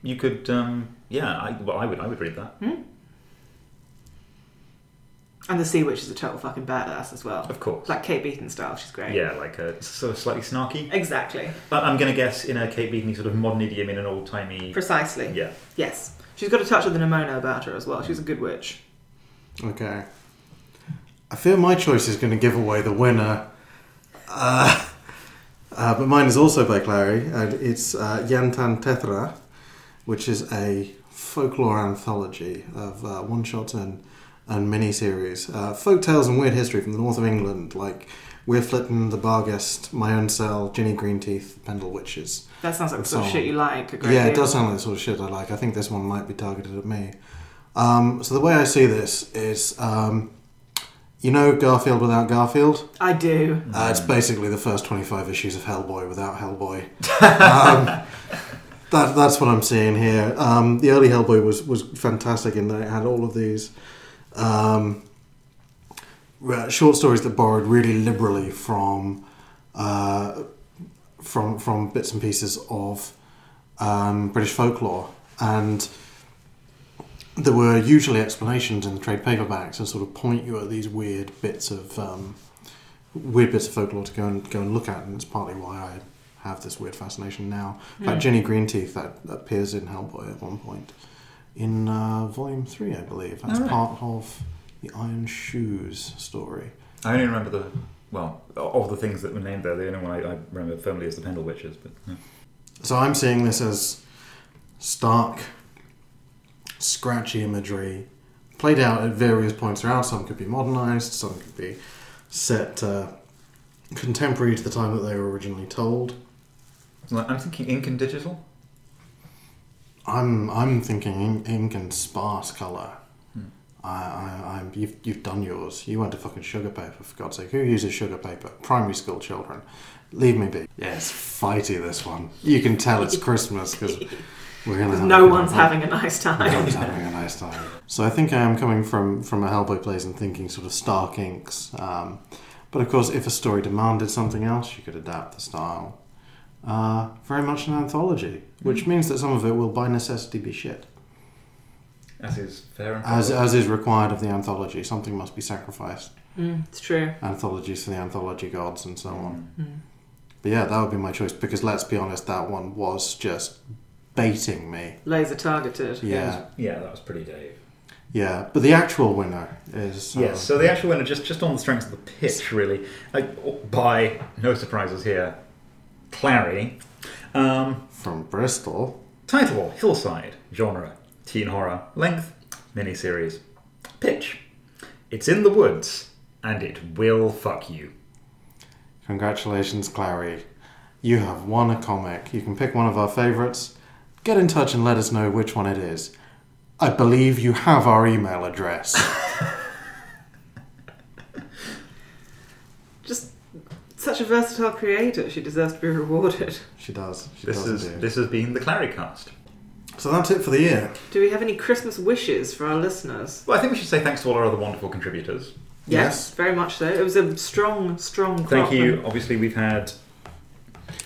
Speaker 3: You could, um, yeah. I, well, I would I would read that.
Speaker 2: And the Sea Witch is a total fucking badass as well.
Speaker 3: Of course.
Speaker 2: Like Kate Beaton style, she's great.
Speaker 3: Yeah, like a sort of slightly snarky.
Speaker 2: Exactly.
Speaker 3: But I'm going to guess in a Kate Beatty sort of modern idiom in an old timey.
Speaker 2: Precisely.
Speaker 3: Yeah.
Speaker 2: Yes. She's got a touch of the Nimona about her as well. She's a good witch.
Speaker 1: Okay. I fear my choice is going to give away the winner. Uh, uh, but mine is also by Clary, and it's uh, Yantan Tethra, which is a folklore anthology of uh, one shots and, and mini series. Uh, folk tales and weird history from the north of England, like We're Flitton, The Barguest, My Own Cell, Ginny Greenteeth, Pendle Witches.
Speaker 2: That sounds like the sort of
Speaker 1: So-
Speaker 2: shit you like. A great
Speaker 1: Yeah, it
Speaker 2: deal.
Speaker 1: does sound like the sort of shit I like. I think this one might be targeted at me. Um, so the way I see this is, um, you know, Garfield without Garfield.
Speaker 2: I do.
Speaker 1: Uh, it's basically the first twenty-five issues of Hellboy without Hellboy. um, that, that's what I'm seeing here. Um, the early Hellboy was was fantastic in that it had all of these um, re- short stories that borrowed really liberally from uh, from from bits and pieces of um, British folklore, and there were usually explanations in the trade paperbacks and sort of point you at these weird bits of um, weird bits of folklore to go and go and look at, and it's partly why I have this weird fascination now. In fact, Jenny Greenteeth that appears in Hellboy at one point in uh, volume three, I believe. That's
Speaker 3: Alright.
Speaker 1: part of the Iron Shoes story.
Speaker 3: I only remember the. Well, of the things that were named there, the only one I, I remember firmly is the Pendle Witches. But yeah.
Speaker 1: So I'm seeing this as stark, scratchy imagery played out at various points throughout. Some could be modernized, some could be set uh, contemporary to the time that they were originally told.
Speaker 3: Well, I'm thinking ink and digital.
Speaker 1: I'm I'm thinking in- ink and sparse color.
Speaker 2: Hmm.
Speaker 1: I, I, I'm you've you've done yours. You went to fucking sugar paper for God's sake. Who uses sugar paper? Primary school children. Leave me be. Yes, fighty this one. You can tell
Speaker 2: <laughs>
Speaker 1: it's Christmas because we're gonna. have a
Speaker 2: No
Speaker 1: good
Speaker 2: one's
Speaker 1: night.
Speaker 2: having a nice
Speaker 1: I
Speaker 2: time.
Speaker 1: was having a nice time. So I think I am coming from from a Hellboy place and thinking sort of stark inks. Um, but of course, if a story demanded something else, you could adapt the style. Uh, very much an anthology, which
Speaker 3: Hmm.
Speaker 1: means that some of it will by necessity be shit,
Speaker 3: As is fair and
Speaker 1: as uh,
Speaker 3: proper.
Speaker 1: as is required of the anthology. Something must be sacrificed.
Speaker 2: Mm, it's true.
Speaker 1: Anthologies for the anthology gods and so on.
Speaker 3: Hmm.
Speaker 2: Mm.
Speaker 1: But yeah, that would be my choice because let's be honest, that one was just baiting me.
Speaker 2: Laser targeted.
Speaker 1: Yeah,
Speaker 3: Yeah, that was pretty Dave.
Speaker 1: yeah. But the actual winner is uh,
Speaker 3: Yes, so the actual winner, just just on the strength of the pitch, really, like, by no surprises here, Clary. Um,
Speaker 1: from Bristol.
Speaker 3: title: Hillside. Genre: teen horror. Length: miniseries. Pitch: It's in the woods, and it will fuck you.
Speaker 1: Congratulations, Clary. You have won a comic. You can pick one of our favourites. Get in touch and let us know which one it is. I believe you have our email address.
Speaker 3: <laughs>
Speaker 2: Just such a versatile creator. She deserves to be rewarded. <laughs>
Speaker 1: she does. She
Speaker 3: This
Speaker 1: does
Speaker 3: is
Speaker 1: indeed.
Speaker 3: this has been the Clary cast.
Speaker 1: So that's it for the year.
Speaker 2: Do we have any Christmas wishes for our listeners?
Speaker 3: Well, I think we should say thanks to all our other wonderful contributors.
Speaker 1: Yes.
Speaker 2: very much so. It was a strong, strong.
Speaker 3: Thank
Speaker 2: crop
Speaker 3: you.
Speaker 2: and
Speaker 3: Obviously, we've had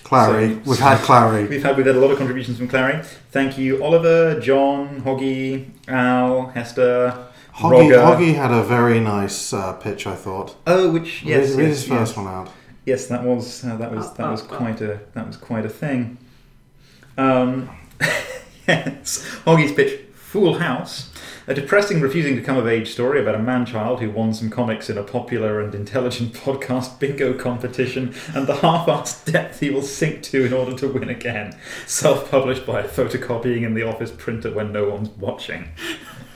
Speaker 1: Clary.
Speaker 3: So-
Speaker 1: We've had
Speaker 3: <laughs>
Speaker 1: Clary.
Speaker 3: We've had we've had a lot of contributions from Clary. Thank you, Oliver, John, Hoggy, Al, Hester,
Speaker 1: Hoggy,
Speaker 3: Roger.
Speaker 1: Hoggy had a very nice uh, pitch, I thought.
Speaker 3: Oh, which yes,
Speaker 1: read, read
Speaker 3: yes,
Speaker 1: his first
Speaker 3: yes.
Speaker 1: one out.
Speaker 3: Yes, that was uh, that was
Speaker 2: Up,
Speaker 3: that was
Speaker 2: up, up.
Speaker 3: quite a that was quite a thing. Um, <laughs> yes, Hoggy's pitch. Fool House, a depressing, refusing to come of age story about a man child who won some comics in a popular and intelligent <laughs> podcast bingo competition and the half assed depth he will sink to in order to win again. Self published by photocopying in the office printer when no one's watching.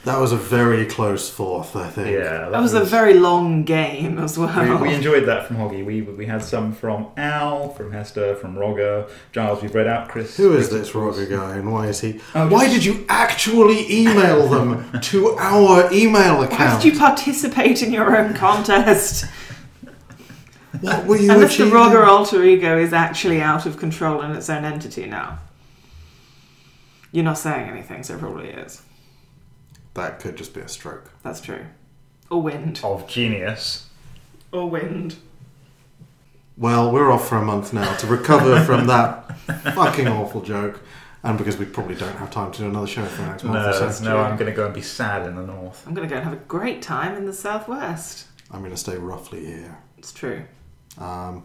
Speaker 1: That was a very close fourth, I think.
Speaker 3: Yeah,
Speaker 2: That was a very long game as
Speaker 3: We,
Speaker 2: well. <laughs>
Speaker 3: we enjoyed that from Hoggy. We we had some from Al, from Hester, from Roger, Giles. We've read out Chris.
Speaker 1: Who is
Speaker 3: Chris-
Speaker 1: this Roger guy and why is he.
Speaker 3: Oh,
Speaker 1: Why
Speaker 3: just-
Speaker 1: did you actually email them to our email account?
Speaker 2: Why did you participate in your own contest?
Speaker 1: What were you
Speaker 2: <laughs> Unless the
Speaker 1: achieving?
Speaker 2: Roger alter ego is actually out of control in its own entity now. You're not saying anything, so it probably is.
Speaker 1: That could just be a stroke.
Speaker 2: That's true. Or wind.
Speaker 3: of genius?
Speaker 2: Or wind.
Speaker 1: Well, we're off for a month now to recover from that fucking awful joke. and because we probably don't have time to do another show Oh, for the next
Speaker 3: No,
Speaker 1: month. or so.
Speaker 3: no, I'm going to go and be sad in the north.
Speaker 2: I'm going to go and have a great time in the southwest.
Speaker 1: I'm going to stay roughly here.
Speaker 2: It's true.
Speaker 1: Um,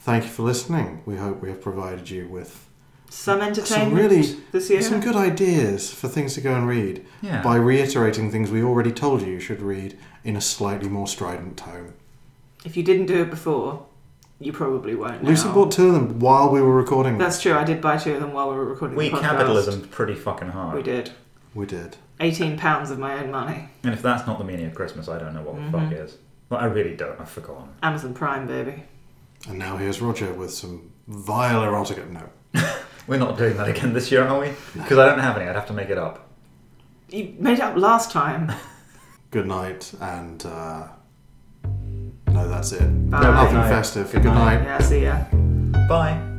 Speaker 1: thank you for listening. We hope we have provided you with
Speaker 2: Some entertainment
Speaker 1: really-
Speaker 2: this year.
Speaker 1: some good ideas for things to go and read
Speaker 3: Yeah.
Speaker 1: by reiterating things we already told you you should read in a slightly more strident tone.
Speaker 2: If you didn't do it before, you probably won't. Now.
Speaker 1: Lucy bought two of them while we were recording.
Speaker 2: That's true. I did buy two of them while we were recording.
Speaker 3: we
Speaker 2: the podcast.
Speaker 3: capitalismed pretty fucking hard.
Speaker 2: We did.
Speaker 1: we did.
Speaker 2: Eighteen pounds of my own money.
Speaker 3: And if that's not the meaning of Christmas, I don't know what the fuck is. Well, I really don't. I've forgotten.
Speaker 2: Amazon Prime, baby.
Speaker 1: And now here's Roger with some vile erotica. No.
Speaker 3: We're not doing that again this year, are we? Because I don't have any. I'd have to make it up.
Speaker 2: You made it up last time.
Speaker 1: Good night, and uh, no, that's it.
Speaker 2: Bye.
Speaker 1: Nothing
Speaker 3: Good night.
Speaker 1: festive.
Speaker 3: Good
Speaker 1: Good
Speaker 3: night.
Speaker 1: night.
Speaker 2: yeah, see ya.
Speaker 3: Bye.